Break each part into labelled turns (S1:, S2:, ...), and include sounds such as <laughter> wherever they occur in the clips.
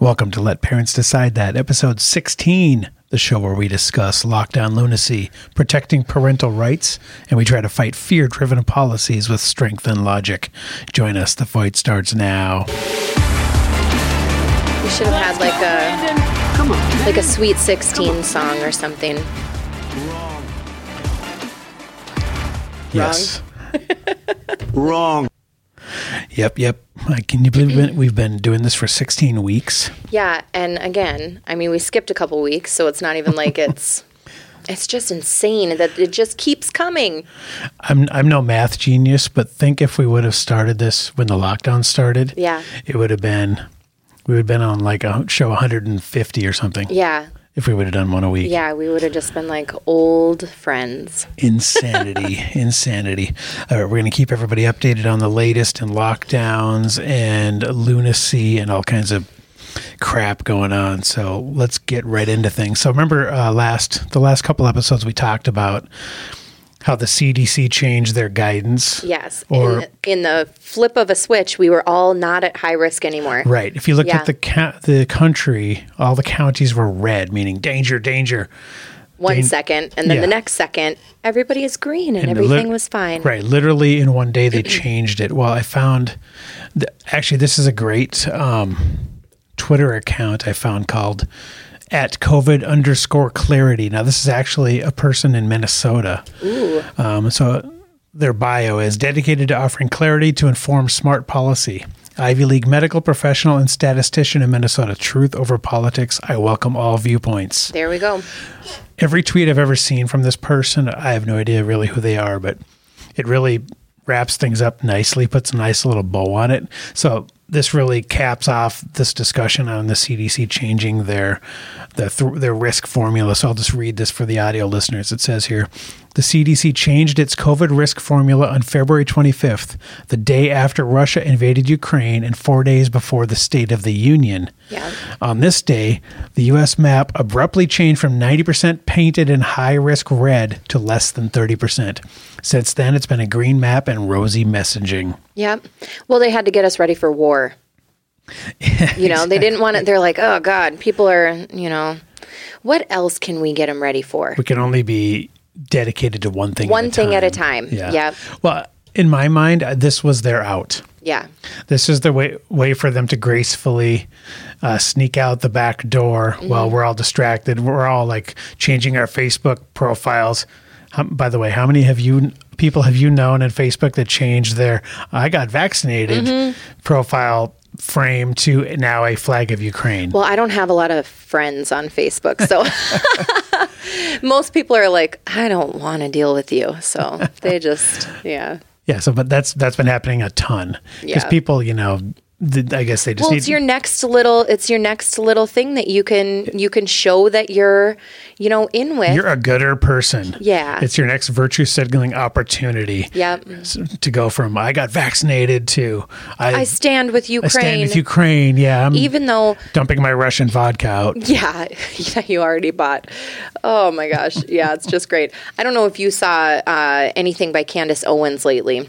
S1: Welcome to Let Parents Decide That, episode 16, the show where we discuss lockdown lunacy, protecting parental rights, and we try to fight fear driven policies with strength and logic. Join us. The fight starts now.
S2: We should have had like a like a sweet sixteen song or something.
S1: Yes.
S3: Wrong.
S1: Yep, yep. Uh, Can you believe we've been, we've been doing this for 16 weeks?
S2: Yeah, and again, I mean we skipped a couple weeks, so it's not
S1: <laughs>
S2: even like it's it's just insane that it just keeps coming.
S1: I'm I'm no math genius, but think if we would have started this when the lockdown started,
S2: Yeah.
S1: it would have been we would have been on like a show 150 or something
S2: Yeah.
S1: if we would have done one a week.
S2: Yeah, we would have just been like old friends. <laughs>
S1: Insanity, insanity. All right, we're going to keep everybody updated on the latest and lockdowns and lunacy and all kinds of crap going on. So let's get right into things. So remember uh, last the last couple episodes we talked about how the CDC changed their guidance.
S2: Yes.
S1: Or
S2: in, in the flip of a switch, we were all not at high risk anymore.
S1: Right. If you looked
S2: Yeah.
S1: at the ca- the country, all the counties were red, meaning danger, danger.
S2: One
S1: Dan-
S2: second, and then
S1: Yeah.
S2: the next second, everybody is green and,
S1: And lit-
S2: everything was fine.
S1: Right. Literally in one
S2: <clears throat>
S1: day they changed it. Well, I found th- actually this is a great um, Twitter account I found called at COVID underscore clarity. Now this is actually a person in Minnesota. Ooh. Um, so their bio is dedicated to offering clarity to inform smart policy. Ivy League medical professional and statistician in Minnesota. Truth over politics. I welcome all viewpoints
S2: There we go.
S1: every tweet I've ever seen from this person, I have no idea really who they are, but it really wraps things up nicely, puts a nice little bow on it. So this really caps off this discussion on the CDC changing their their, th- their risk formula. So I'll just read this for the audio listeners. It says here, the CDC changed its COVID risk formula on February 25th, the day after Russia invaded Ukraine and 4 days before the state of the union.
S2: Yeah.
S1: On this day, the U.S. map abruptly changed from 90% painted in high risk red to less than 30%. Since then, it's been a green map and rosy messaging.
S2: Yep. Well, they had to get us ready
S1: <laughs>
S2: for war. you know, they didn't want it. They're like, oh God, people are, you know, what else can we get them ready for?
S1: We can only be dedicated to one thing
S2: One
S1: at a
S2: thing
S1: time.
S2: at a time.
S1: Yeah.
S2: Yep.
S1: Well, in my mind, uh, this was their out.
S2: Yeah.
S1: This is the way, way for them to gracefully uh, sneak out the back door
S2: Mm-hmm.
S1: while we're all distracted. We're all like changing our Facebook profiles. How, by the way, how many have you people have you known in Facebook that changed their "I got vaccinated"
S2: Mm-hmm.
S1: profile frame to now a flag of Ukraine?
S2: Well, I don't have a lot of friends on Facebook.
S1: <laughs>
S2: So <laughs> most people are like, I don't want to deal with you. So they just, yeah.
S1: yeah. So, but that's that's been happening a ton because
S2: Yeah.
S1: people, you know, th- I guess they just
S2: Well,
S1: need
S2: it's your next little, it's your next little thing that you can, you can show that you're, you know, in with.
S1: You're a gooder person.
S2: Yeah.
S1: It's your next virtue signaling opportunity.
S2: Yep.
S1: S- To go from I got vaccinated to I,
S2: I stand with
S1: I
S2: Ukraine.
S1: stand with Ukraine. Yeah. I'm
S2: Even though
S1: dumping my Russian vodka out.
S2: <laughs> Yeah, yeah, you already bought. Oh my gosh, yeah, it's just great. I don't know if you saw uh, anything by Candace Owens lately.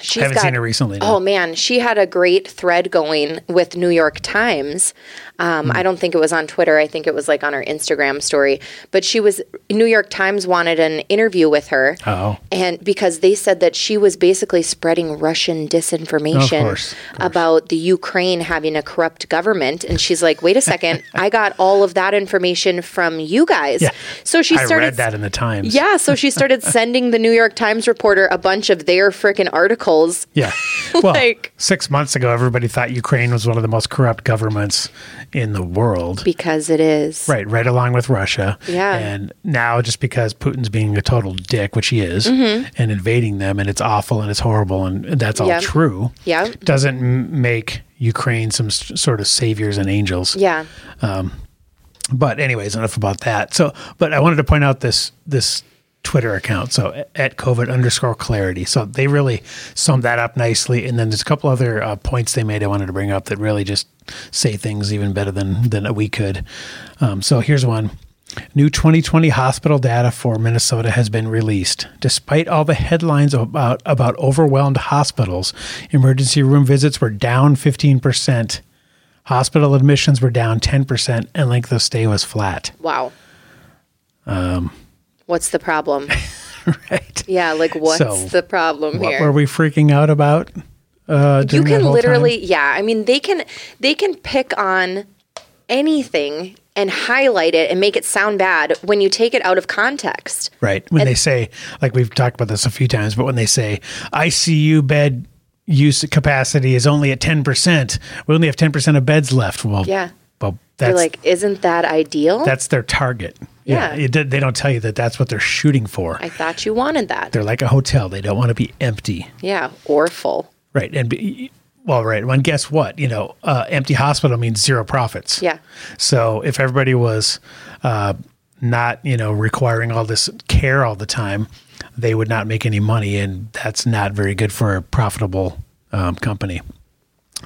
S2: She's
S1: Haven't seen her recently, no.
S2: Oh man, she had a great thread going with New York Times.
S1: Hmm.
S2: Um, I don't think it was on Twitter. I think it was like on her Instagram story. But she was New York Times wanted an interview with her.
S1: Oh.
S2: And because they said that she was basically spreading Russian disinformation
S1: Of course, of course.
S2: about the Ukraine having a corrupt government. And she's like, wait a
S1: <laughs>
S2: second, I got all of that information from you guys.
S1: Yeah.
S2: So she
S1: I
S2: started.
S1: read that in the Times.
S2: Yeah, so
S1: <laughs>
S2: she started sending the New York Times reporter a bunch of their freaking articles. <laughs>
S1: Yeah. Well,
S2: Like-
S1: six months ago, everybody thought Ukraine was one of the most corrupt governments in the world.
S2: Because it is.
S1: Right, right along with Russia.
S2: Yeah.
S1: And now, just because Putin's being a total dick, which he is, and invading them, and it's awful and it's horrible, and that's all
S2: Yep.
S1: true,
S2: Mm-hmm. Yeah.
S1: doesn't m- make Ukraine some s- sort of saviors and angels.
S2: Yeah.
S1: But, anyways, enough about that. So, but I wanted to point out this this Twitter account. So, at COVID underscore clarity. So, they really summed that up nicely. And then there's a couple other uh, points they made I wanted to bring up that really just say things even better than, than we could. Um, so, here's one. New 2020 hospital data for Minnesota has been released. Despite all the headlines about, about overwhelmed hospitals, emergency room visits were down 15%. Hospital admissions were down 10%, and length of stay was flat. <laughs>
S2: Wow. Um, what's
S1: <laughs>
S2: the problem?
S1: right.
S2: Yeah, like what's
S1: So,
S2: the problem
S1: What
S2: here?
S1: were we freaking out about? Uh,
S2: you
S1: during that
S2: can
S1: whole
S2: literally
S1: time?
S2: yeah i mean they can they can pick on anything and highlight it and make it sound bad when you take it out of context
S1: Right. When they say, like we've talked about this a few times, but when they say ICU bed use capacity is only at 10%, we only have 10% of beds left. Well,
S2: Yeah.
S1: Well,
S2: you're
S1: that's,
S2: like isn't that ideal
S1: that's their target.
S2: Yeah.
S1: It, did- they don't tell you that that's what they're shooting for.
S2: i thought you wanted that
S1: they're like a hotel, they don't want to be empty.
S2: yeah or full
S1: Right. And be, well, right. And guess what? You know, uh, empty hospital means zero profits.
S2: yeah
S1: So if everybody was uh, not, you know, requiring all this care all the time, they would not make any money, and that's not very good for a profitable um, company.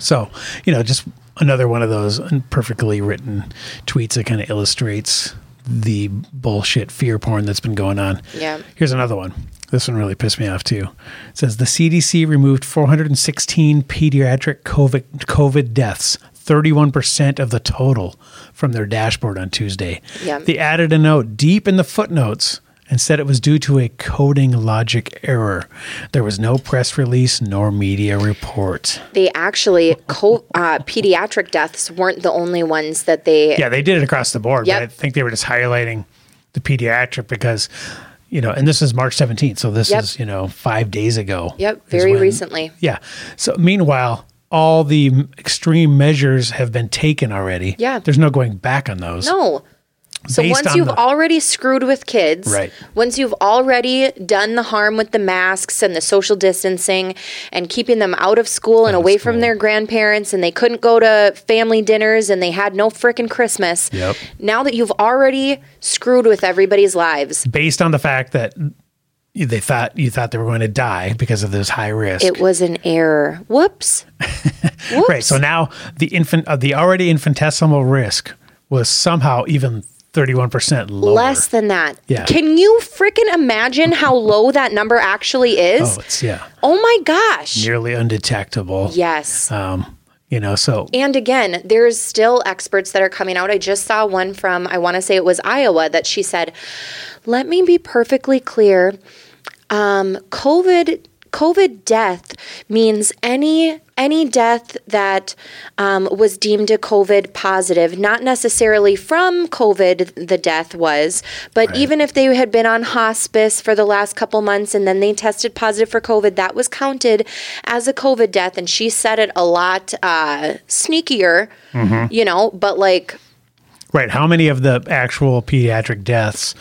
S1: So, you know, just another one of those perfectly written tweets that kind of illustrates the bullshit fear porn that's been going on.
S2: Yeah.
S1: Here's another one. This one really pissed me off too. It says the CDC removed 416 pediatric COVID, COVID deaths, 31% of the total from their dashboard on Tuesday.
S2: Yeah.
S1: They added a note deep in the footnotes and said it was due to a coding logic error. There was no press release nor media report.
S2: they actually co- uh, pediatric deaths weren't the only ones that they
S1: Yeah, they did it across the board,
S2: Yep.
S1: but I think they were just highlighting the pediatric because, you know, and this is March 17th. So this
S2: Yep.
S1: is, you know, five days ago.
S2: yep
S1: is
S2: very
S1: when-
S2: recently
S1: Yeah. So meanwhile, all the m- extreme measures have been taken already.
S2: Yeah.
S1: There's no going back on those.
S2: No. So
S1: Based
S2: once
S1: on
S2: you've
S1: the-
S2: already screwed with kids,
S1: Right.
S2: once you've already done the harm with the masks and the social distancing and keeping them out of school and
S1: Out of
S2: away
S1: school.
S2: from their grandparents and they couldn't go to family dinners and they had no frickin' Christmas.
S1: Yep.
S2: Now that you've already screwed with everybody's lives,
S1: Based on the fact that they thought you thought they were going to die because of this high risk.
S2: it was an error. Whoops.
S1: <laughs>
S2: Whoops.
S1: Right. So now the infant, uh, the already infinitesimal risk was somehow even 31% lower.
S2: Less than that.
S1: Yeah.
S2: Can you frickin' imagine how low that number
S1: <laughs>
S2: actually
S1: Oh,
S2: is? Oh,
S1: it's, yeah.
S2: my gosh.
S1: Nearly undetectable.
S2: Yes.
S1: Um, you know, so
S2: And again, there's still experts that are coming out. I just saw one from, I want to say it was Iowa, that she said, let me be perfectly clear. Um, COVID, COVID death means any any death that um, was deemed a COVID positive, not necessarily from COVID, the death was, but even if they had been on hospice for the last couple months and then they tested positive for COVID, that was counted as a COVID death. And she said it a lot uh, sneakier,
S1: Mm-hmm.
S2: you know, but like,
S1: right, how many of the actual pediatric deaths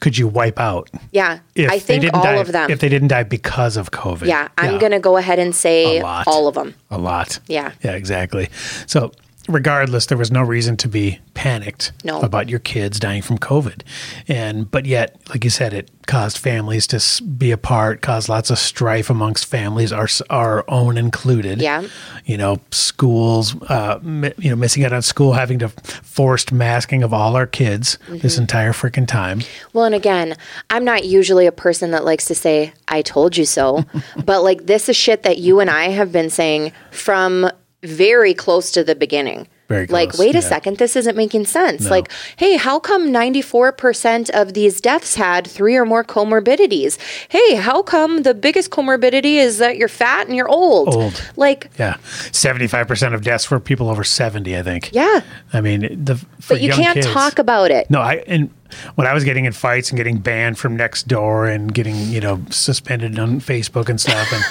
S1: could you wipe out?
S2: yeah, I think all
S1: die,
S2: of them.
S1: If they didn't die because of COVID.
S2: yeah, I'm going to go ahead and say
S1: A lot.
S2: all of them.
S1: a lot.
S2: Yeah.
S1: Yeah, exactly. So, regardless, there was no reason to be panicked
S2: No.
S1: about your kids dying from COVID. And, but yet, like you said, it caused families to s- be apart, caused lots of strife amongst families, our, s- our own included.
S2: Yeah.
S1: You know, schools, uh, mi- you know, missing out on school, having to forced masking of all our kids
S2: Mm-hmm.
S1: this entire freaking time.
S2: Well, and again, I'm not usually a person that likes to say, I told
S1: <laughs>
S2: you so. but like, this is shit that you and I have been saying from very close to the beginning.
S1: Very
S2: Like,
S1: close,
S2: wait a
S1: yeah.
S2: second, this isn't making sense. Like, hey, how come 94% of these deaths had three or more comorbidities? Hey, how come the biggest comorbidity is that you're fat and you're old?
S1: Old.
S2: Like,
S1: Yeah. 75% of deaths were people over 70, I think.
S2: yeah,
S1: I mean, the, for
S2: but you
S1: young
S2: can't
S1: kids-
S2: talk about it.
S1: No, I and when I was getting in fights and getting banned from next door and getting you know suspended on Facebook and stuff and,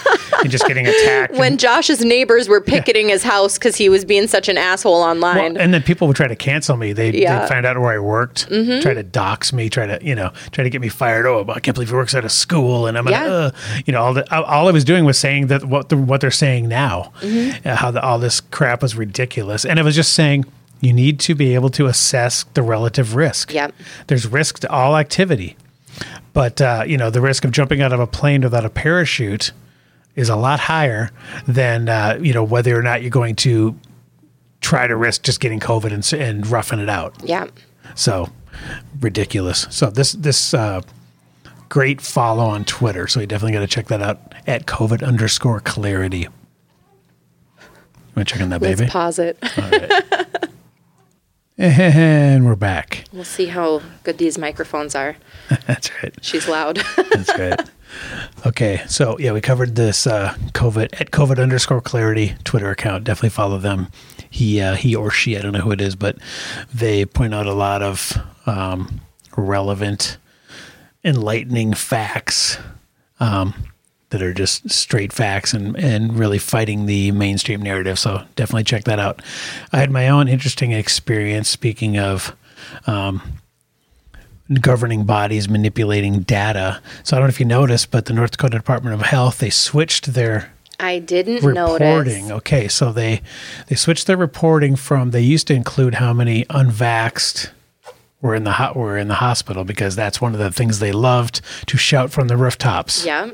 S1: and just getting attacked.
S2: When
S1: and,
S2: Josh's neighbors were picketing his house because he was being such an asshole online.
S1: well, and then people would try to cancel me. They
S2: Yeah. Mm-hmm.
S1: they find out where I worked, try to dox me, try to you know try to get me fired. Oh, I can't believe he works out of school, and I'm gonna,
S2: Yeah.
S1: uh, you know all the, all- all I was doing was saying that what the, what they're saying now,
S2: Mm-hmm.
S1: uh, how the, all this crap was ridiculous, and it was just saying. You need to be able to assess the relative risk.
S2: Yep.
S1: There's risk to all activity. but uh, you know the risk of jumping out of a plane without a parachute is a lot higher than uh, you know whether or not you're going to try to risk just getting COVID and, s- and roughing it out.
S2: yeah.
S1: So ridiculous. So this this uh, great follow on Twitter. So you definitely got to check that out at COVID underscore clarity. want to check on that
S2: Let's
S1: baby?
S2: pause it.
S1: <laughs> And we're back.
S2: We'll see how good these microphones are.
S1: That's right.
S2: She's loud. <laughs>
S1: That's right. Okay, so yeah, we covered this uh, COVID at COVID underscore clarity Twitter account. Definitely follow them. He uh, he or she, I don't know who it is, but they point out a lot of um, relevant, enlightening facts um, that are just straight facts and and really fighting the mainstream narrative. So definitely check that out. I had my own interesting experience. Speaking of governing bodies manipulating data. So I don't know if you noticed, but the North Dakota Department of Health they switched their
S2: I didn't
S1: reporting.
S2: notice.
S1: Okay, so they they switched their reporting from they used to include how many unvaxxed were in the hot were in the hospital because that's one of the things they loved to shout from the rooftops.
S2: Yeah.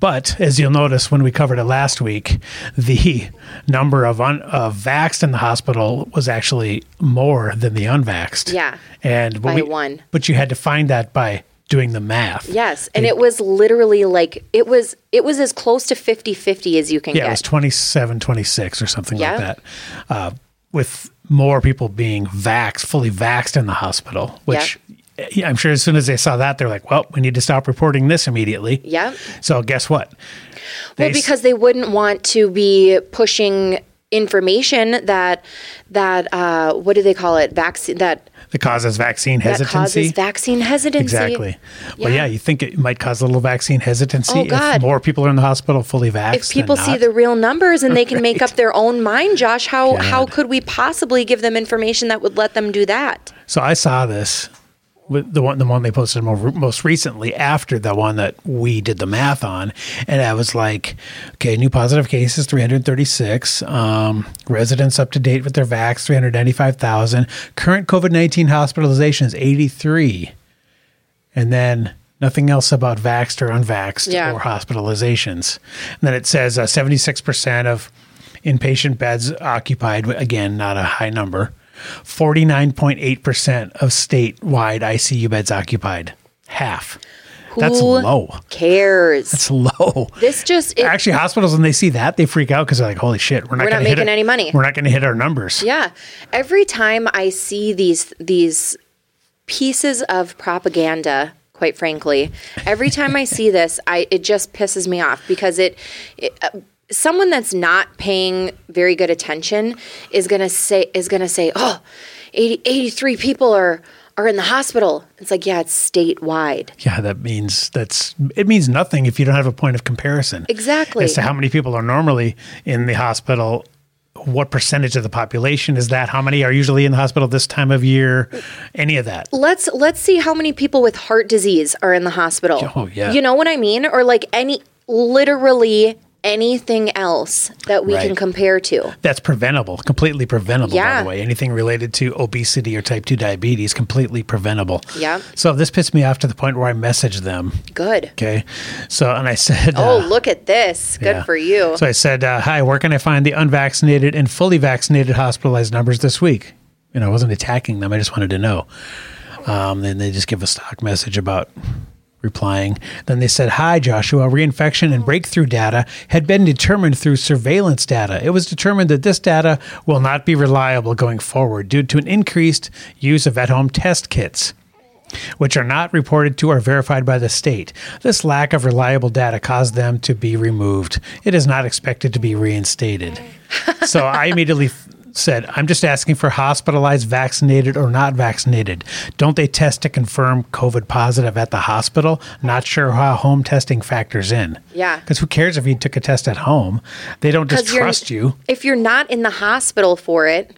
S1: But as you'll notice when we covered it last week, the number of un, of vaxxed in the hospital was actually more than the unvaxxed.
S2: Yeah.
S1: and but
S2: By
S1: we-
S2: one.
S1: But you had to find that by doing the math.
S2: Yes. And it was literally like it was it was as close to 50-50 as you can
S1: Yeah,
S2: get.
S1: it was 27, 26 or something
S2: Yeah.
S1: like that. Uh, with more people being vaxxed, fully vaxxed in the hospital, which yeah, I'm sure as soon as they saw that, they're like, well, we need to stop reporting this immediately.
S2: Yep.
S1: So guess what? They
S2: Well,
S1: s-
S2: because they wouldn't want to be pushing information that that uh, what do they call it? Vaccine that
S1: that causes vaccine
S2: that
S1: hesitancy.
S2: causes vaccine hesitancy.
S1: Exactly. Well,
S2: Yeah.
S1: yeah, you think it might cause a little vaccine hesitancy
S2: Oh,
S1: if
S2: God.
S1: more people are in the hospital fully vaxxed.
S2: If people
S1: than
S2: see
S1: not.
S2: the real numbers and they can make up their own mind, Josh, how how
S1: God.
S2: could we possibly give them information that would let them do that?
S1: So I saw this with the one the one they posted more, most recently after the one that we did the math on, and I was like, okay, new positive cases three hundred thirty six, um, residents up to date with their vax three hundred ninety five thousand, current COVID nineteen hospitalizations eighty three, and then. Nothing else about vaxxed or unvaxxed
S2: Yeah.
S1: or hospitalizations. And then it says uh, 76% of inpatient beds occupied, again, not a high number. 49.8% of statewide ICU beds occupied. Half. That's
S2: Who
S1: low.
S2: Cares.
S1: It's low.
S2: this just it,
S1: Actually, hospitals, when they see that, they freak out because they're like, holy shit, we're not,
S2: We're not
S1: gonna hit
S2: making
S1: it-
S2: any money.
S1: We're not going to hit our numbers.
S2: Yeah. Every time I see these these pieces of propaganda, quite frankly, every time I see this, I it just pisses me off because it, it uh, someone that's not paying very good attention is going to say is going to say, "Oh, 80, 83 people are are in the hospital." It's like, "Yeah, it's statewide."
S1: Yeah, that means that's it means nothing if you don't have a point of comparison.
S2: Exactly.
S1: As to how many people are normally in the hospital, what percentage of the population is that? How many are usually in the hospital this time of year? Any of that.
S2: let's let's see how many people with heart disease are in the hospital.
S1: <laughs> Oh, yeah.
S2: You know what I mean? Or like any literally anything else that we can
S1: Right.
S2: compare to.
S1: That's preventable, completely preventable, by
S2: Yeah.
S1: the way. Anything related to obesity or type 2 diabetes, completely preventable.
S2: Yeah.
S1: So this pissed me off to the point where I messaged them.
S2: Good.
S1: Okay. So, and I said,
S2: Oh,
S1: uh,
S2: look at this. Good
S1: yeah.
S2: for you.
S1: So I said, uh, Hi, where can I find the unvaccinated and fully vaccinated hospitalized numbers this week? You know, I wasn't attacking them. I just wanted to know. Um, then they just give a stock message about replying. Then they said, Hi, Joshua. Reinfection and breakthrough data had been determined through surveillance data. It was determined that this data will not be reliable going forward due to an increased use of at home test kits which are not reported to or verified by the state. This lack of reliable data caused them to be removed. It is not expected to be
S2: <laughs>
S1: reinstated. so I immediately f- said, I'm just asking for hospitalized, vaccinated, or not vaccinated. Don't they test to confirm COVID positive at the hospital? Not sure how home testing factors in.
S2: Yeah.
S1: Because who cares if you took a test at home? They don't just
S2: 'Cause you're-
S1: trust you.
S2: If you're not in the hospital for it,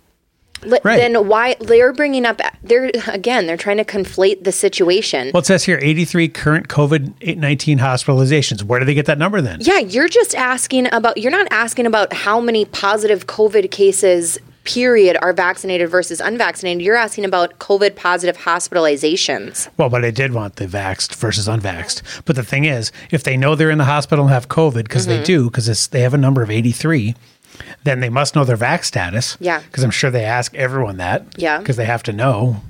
S2: li-
S1: Right.
S2: then why they're bringing up they're again, they're trying to conflate the situation.
S1: Well, it says here 83 current COVID 19 hospitalizations. Where do they get that number then?
S2: yeah, you're just asking about you're not asking about how many positive COVID cases period are vaccinated versus unvaccinated. You're asking about COVID positive hospitalizations.
S1: Well, but I did want the vaxxed versus unvaxxed. But the thing is, if they know they're in the hospital and have COVID, because
S2: Mm-hmm.
S1: they do, because they have a number of 83, then they must know their vax status.
S2: Yeah.
S1: Because I'm sure they ask everyone that.
S2: Yeah.
S1: Because they have to know.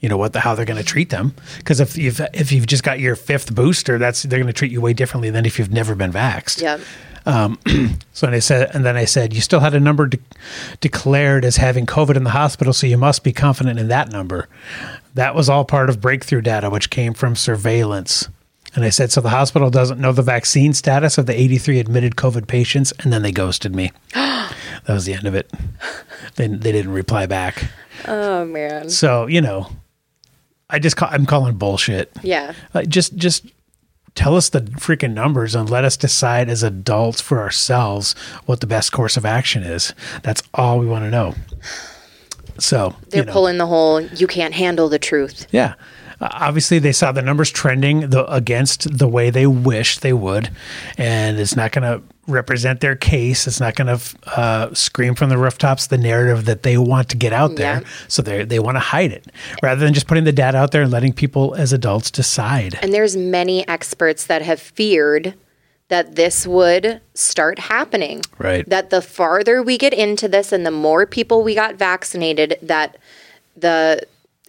S1: you know what the how they're going to treat them because if you've if you've just got your fifth booster that's they're going to treat you way differently than if you've never been vaxxed
S2: Yep.
S1: um, so and I said, and then I said, you still had a number de- declared as having COVID in the hospital, so you must be confident in that number. That was all part of breakthrough data, which came from surveillance. And I said, so the hospital doesn't know the vaccine status of the 83 admitted COVID patients, and then they ghosted me. that was the end of it. They, they didn't reply back.
S2: Oh man.
S1: So you know, I just call, I'm calling bullshit.
S2: Yeah.
S1: Like Uh, just just tell us the freaking numbers and let us decide as adults for ourselves what the best course of action is. That's all we want to know. So
S2: They're
S1: you know,
S2: pulling the whole you can't handle the truth.
S1: yeah. Uh, obviously, they saw the numbers trending the, against the way they wish they would, and it's not going to represent their case. It's not going to uh, scream from the rooftops the narrative that they want to get out there.
S2: Yeah.
S1: So they they want to hide it rather than just putting the data out there and letting people as adults decide.
S2: And there's many experts that have feared that this would start happening.
S1: Right.
S2: That the farther we get into this and the more people we got vaccinated that the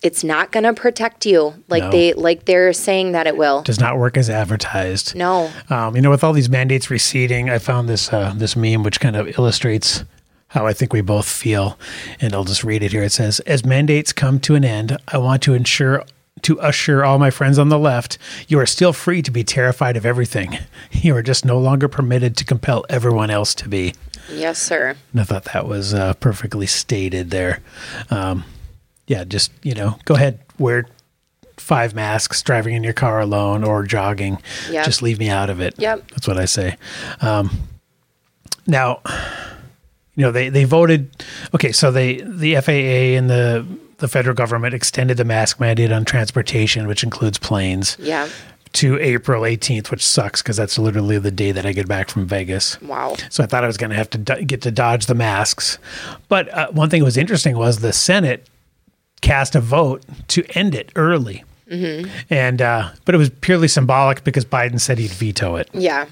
S2: it's not going to protect you like
S1: No.
S2: they like they're saying that it will.
S1: Does not work as advertised.
S2: No.
S1: Um, you know, with all these mandates receding, I found this uh, this meme which kind of illustrates how I think we both feel, and I'll just read it here. It says, "As mandates come to an end, I want to ensure." To usher all my friends on the left, you are still free to be terrified of everything. <laughs> You are just no longer permitted to compel everyone else to be.
S2: Yes, sir.
S1: And I thought that was uh, perfectly stated there. Um, yeah, just you know, go ahead, wear five masks driving in your car alone or jogging.
S2: Yep.
S1: Just leave me out of it.
S2: Yep.
S1: that's what I say. Um, now, you know, they they voted. Okay, so they the FAA and the the federal government extended the mask mandate on transportation, which includes planes,
S2: Yeah.
S1: to April 18th, which sucks because that's literally the day that I get back from Vegas.
S2: Wow.
S1: So I thought I was going to have to do- get to dodge the masks. But uh, one thing that was interesting was the Senate cast a vote to end it early. And uh, but it was purely symbolic because Biden said he'd veto it,
S2: Yeah.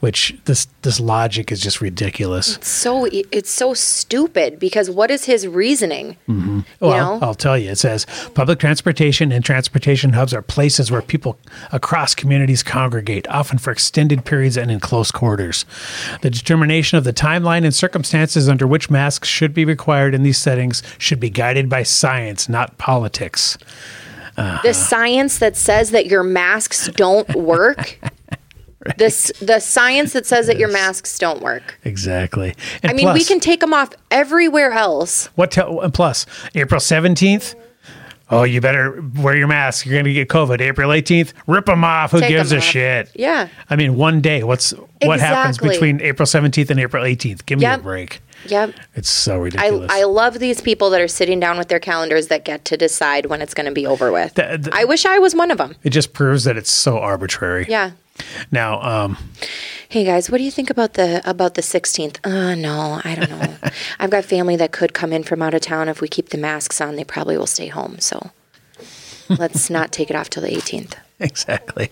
S1: which this this logic is just ridiculous.
S2: So e- it's so stupid because what is his reasoning?
S1: Mm-hmm. Well,
S2: know?
S1: I'll tell you. It says public transportation and transportation hubs are places where people across communities congregate, often for extended periods and in close quarters. The determination of the timeline and circumstances under which masks should be required in these settings should be guided by science, not politics.
S2: The science that says that your masks don't
S1: <laughs>
S2: work. This the science that says that your masks don't work.
S1: Exactly. And
S2: I mean, we can take them off everywhere else.
S1: What? Tell, and plus, April seventeenth. Oh, you better wear your mask. You're going to get COVID. April 18th, rip them off. Who
S2: Take
S1: gives a
S2: 'em off.
S1: shit?
S2: Yeah.
S1: I mean, one day. What's what happens
S2: Exactly.
S1: between April seventeenth and April eighteenth? Give me
S2: Yep.
S1: a break.
S2: Yep.
S1: It's so
S2: I,
S1: ridiculous.
S2: I love these people that are sitting down with their calendars that get to decide when it's going to be over with.
S1: Th- th-
S2: I wish I was one of them.
S1: it just proves that it's so arbitrary.
S2: Yeah.
S1: Now, um,
S2: Hey guys, what do you think about the about the 16th? Uh no, I
S1: <laughs>
S2: don't know. I've got family that could come in from out of town. If we keep the masks on, they probably will stay home.
S1: <laughs>
S2: So let's not take it off till the 18th.
S1: exactly.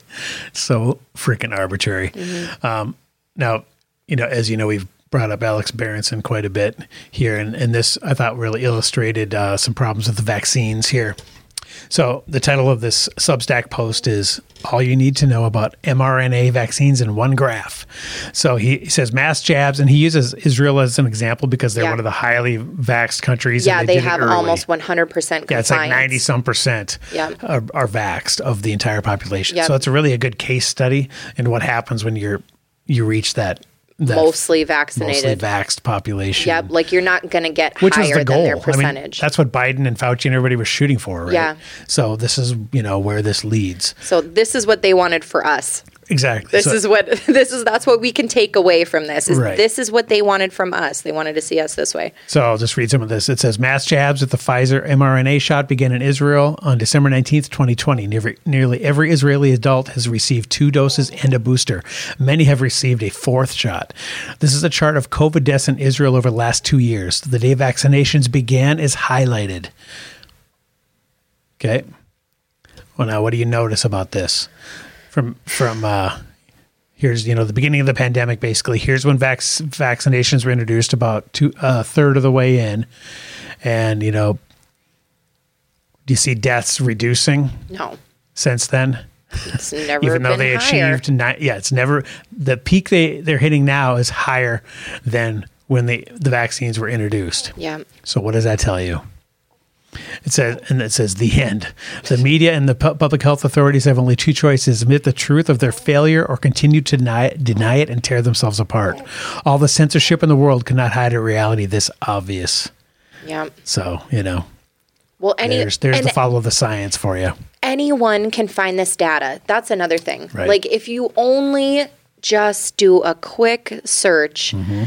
S1: So freaking arbitrary.
S2: Mm-hmm.
S1: Um, now, you know, as you know, we've brought up Alex Berenson quite a bit here, and, and this I thought really illustrated uh, some problems with the vaccines here. So the title of this Substack post is "All You Need to Know About mRNA Vaccines in One Graph." So he he says mass jabs, and he uses Israel as an example because they're
S2: Yeah.
S1: one of the highly vaxxed countries.
S2: Yeah,
S1: and
S2: they
S1: did it
S2: have
S1: early.
S2: almost 100% compliance.
S1: Yeah, it's like 90 some percent
S2: Yeah.
S1: are, are vaxxed of the entire population.
S2: Yep.
S1: So it's really a good case study in what happens when you're you reach that, that
S2: mostly
S1: mostly
S2: vaccinated.
S1: vaxxed population.
S2: Yep, like you're not going to get
S1: Which
S2: higher
S1: was the goal.
S2: than their
S1: I mean,
S2: percentage.
S1: that's what Biden and Fauci and everybody was shooting for, right?
S2: Yeah.
S1: So this is, you know, where this leads.
S2: so this is what they wanted for us.
S1: Exactly.
S2: This
S1: So-
S2: is what <laughs> this is that's what we can take away from this. Is
S1: Right.
S2: This is what they wanted from us. They wanted to see us this way.
S1: So I'll just read some of this. It says mass jabs with the Pfizer mRNA shot began in Israel on December 19th, 2020. Nearly, nearly every Israeli adult has received two doses and a booster. Many have received a fourth shot. This is a chart of COVID deaths in Israel over the last two years. The day vaccinations began is highlighted. Okay. Well, now what do you notice about this? From from uh, here's you know the beginning of the pandemic. Basically, here's when vac- vaccinations were introduced, about two a third of the way in, and you know Do you see deaths reducing
S2: No,
S1: since then?
S2: it's never
S1: Even though
S2: been
S1: they
S2: higher.
S1: achieved, ni- yeah, it's never the peak they they're hitting now is higher than when the the vaccines were introduced.
S2: Yeah.
S1: So what does that tell you? It says, and it says the end. The media and the pu- public health authorities have only two choices: admit the truth of their failure, or continue to deny it, deny it and tear themselves apart. All the censorship in the world could not hide a reality this obvious.
S2: Yeah.
S1: So you know,
S2: Well, any
S1: there's there's
S2: and
S1: the follow the science for you.
S2: anyone can find this data. That's another thing.
S1: Right.
S2: Like if you only just do a quick search,
S1: Mm-hmm.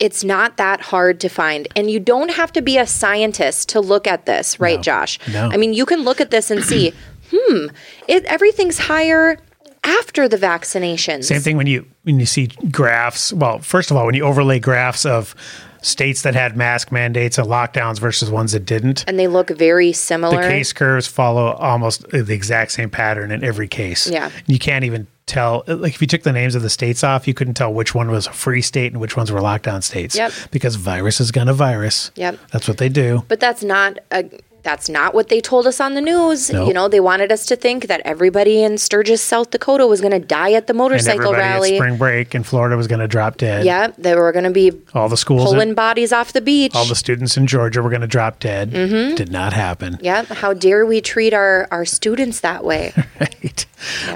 S2: it's not that hard to find. And you don't have to be a scientist to look at this, right,
S1: No.
S2: Josh?
S1: No.
S2: I mean, you can look at this and see,
S1: <clears throat>
S2: hmm, it everything's higher after the vaccinations.
S1: Same thing when you when you see graphs. Well, first of all, when you overlay graphs of states that had mask mandates and lockdowns versus ones that didn't,
S2: And they look very
S1: the
S2: similar.
S1: case curves follow almost the exact same pattern in every case.
S2: Yeah.
S1: you can't even tell. Like if you took the names of the states off, you couldn't tell which one was a free state and which ones were lockdown states.
S2: Yep.
S1: because virus is gonna virus.
S2: Yep.
S1: that's what they do.
S2: But that's not a that's not what they told us on the news.
S1: No.
S2: You know, they wanted us to think that everybody in Sturgis, South Dakota was going to die at the
S1: And
S2: motorcycle
S1: everybody at
S2: rally.
S1: spring break in Florida was gonna drop dead.
S2: Yeah, they were going to be
S1: all the schools.
S2: pulling
S1: in-
S2: bodies off the beach.
S1: all the students in Georgia were going to drop dead.
S2: Mm-hmm.
S1: Did not happen.
S2: yeah, how dare we treat our our students that way?
S1: <laughs> right.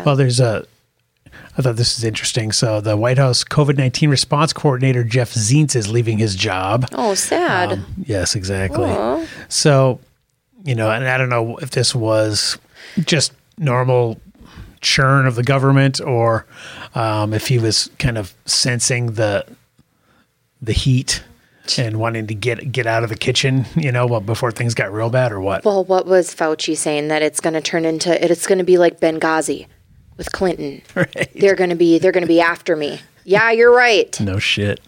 S1: Well, there's a. I thought this was interesting. So the White House COVID nineteen response coordinator Jeff Zients is leaving his job.
S2: Oh, sad.
S1: Um, yes, exactly.
S2: Aw.
S1: So, you know, and I don't know if this was just normal churn of the government or um, if he was kind of sensing the the heat and wanting to get get out of the kitchen, you know, well, before things got real bad or what.
S2: well, what was Fauci saying that it's going to turn into it's going to be like Benghazi with Clinton.
S1: <laughs> Right.
S2: They're going to be they're going to be after me. Yeah, you're right.
S1: No shit.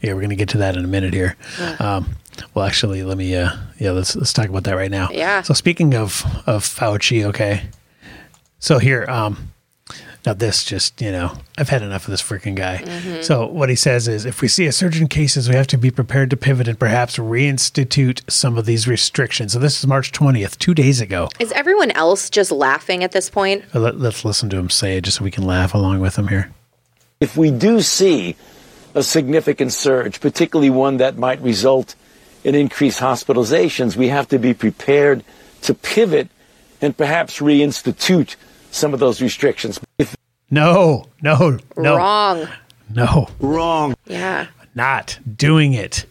S1: Yeah, we're gonna get to that in a minute here. Um, well, actually, let me. Uh, yeah, let's let's talk about that right now.
S2: Yeah.
S1: So speaking of of Fauci, okay. So here, um, now this just you know, I've had enough of this freaking guy.
S2: Mm-hmm.
S1: So what he says is, if we see a surge in cases, we have to be prepared to pivot and perhaps reinstitute some of these restrictions. So this is March twentieth, two days ago.
S2: Is everyone else just laughing at this point?
S1: Let, let's listen to him say it, just so we can laugh along with him here.
S4: If we do see a significant surge, particularly one that might result in increased hospitalizations, we have to be prepared to pivot and perhaps reinstitute some of those restrictions. If
S1: No, no, no,
S2: Wrong.
S1: no.
S3: Wrong.
S2: Yeah.
S1: not doing it.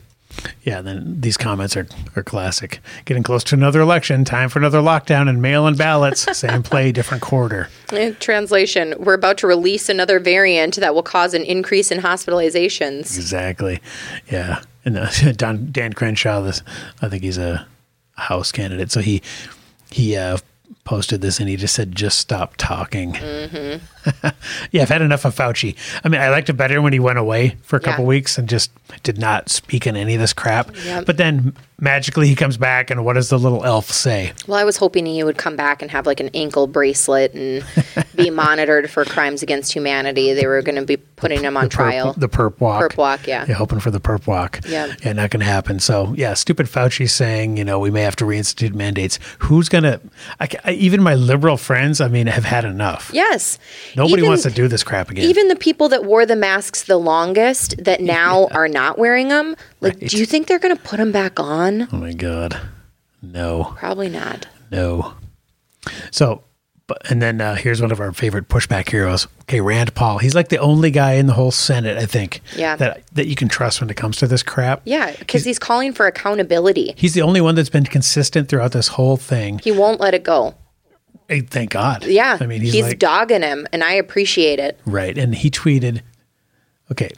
S1: Yeah, then these comments are, are classic. Getting close to another election, time for another lockdown and mail in ballots. Same play, different quarter.
S2: Eh, Translation We're about to release another variant that will cause an increase in hospitalizations.
S1: Exactly. Yeah. And uh, <laughs> Don, Dan Crenshaw, this I think he's a House candidate. So he he uh, posted this and he just said, "Just stop talking."
S2: Mm-hmm.
S1: <laughs> yeah, I've had enough of Fauci. I mean, I liked it better when he went away for a couple
S2: Yeah.
S1: weeks and just did not speak in any of this crap.
S2: Yep.
S1: But then magically he comes back, and what does the little elf say?
S2: Well, I was hoping he would come back and have like an ankle bracelet and
S1: <laughs>
S2: be monitored for crimes against humanity. They were going to be putting him on
S1: the perp-
S2: trial.
S1: the perp walk.
S2: Perp walk, yeah.
S1: hoping for the perp walk.
S2: Yeah.
S1: Yeah, not going to happen. So, yeah, stupid Fauci saying, you know, we may have to reinstitute mandates. Who's going to, even my liberal friends, I mean, have had enough.
S2: Yes.
S1: Nobody
S2: Even-
S1: wants to do this crap again.
S2: Even the people that wore the masks the
S1: <laughs>
S2: longest that now are not wearing them, like,
S1: Right.
S2: do you think they're going to put them back on?
S1: oh my God. No,
S2: Probably not.
S1: no. So, but, and then uh, here's one of our favorite pushback heroes. Okay, Rand Paul. He's like the only guy in the whole Senate, I think,
S2: Yeah.
S1: that, that you can trust when it comes to this crap.
S2: Yeah, because he's calling for accountability.
S1: He's the only one that's been consistent throughout this whole thing.
S2: He won't let it go.
S1: Hey, thank God.
S2: Yeah.
S1: I mean, he's, like,
S2: dogging him, and I appreciate it.
S1: Right. And he tweeted, okay,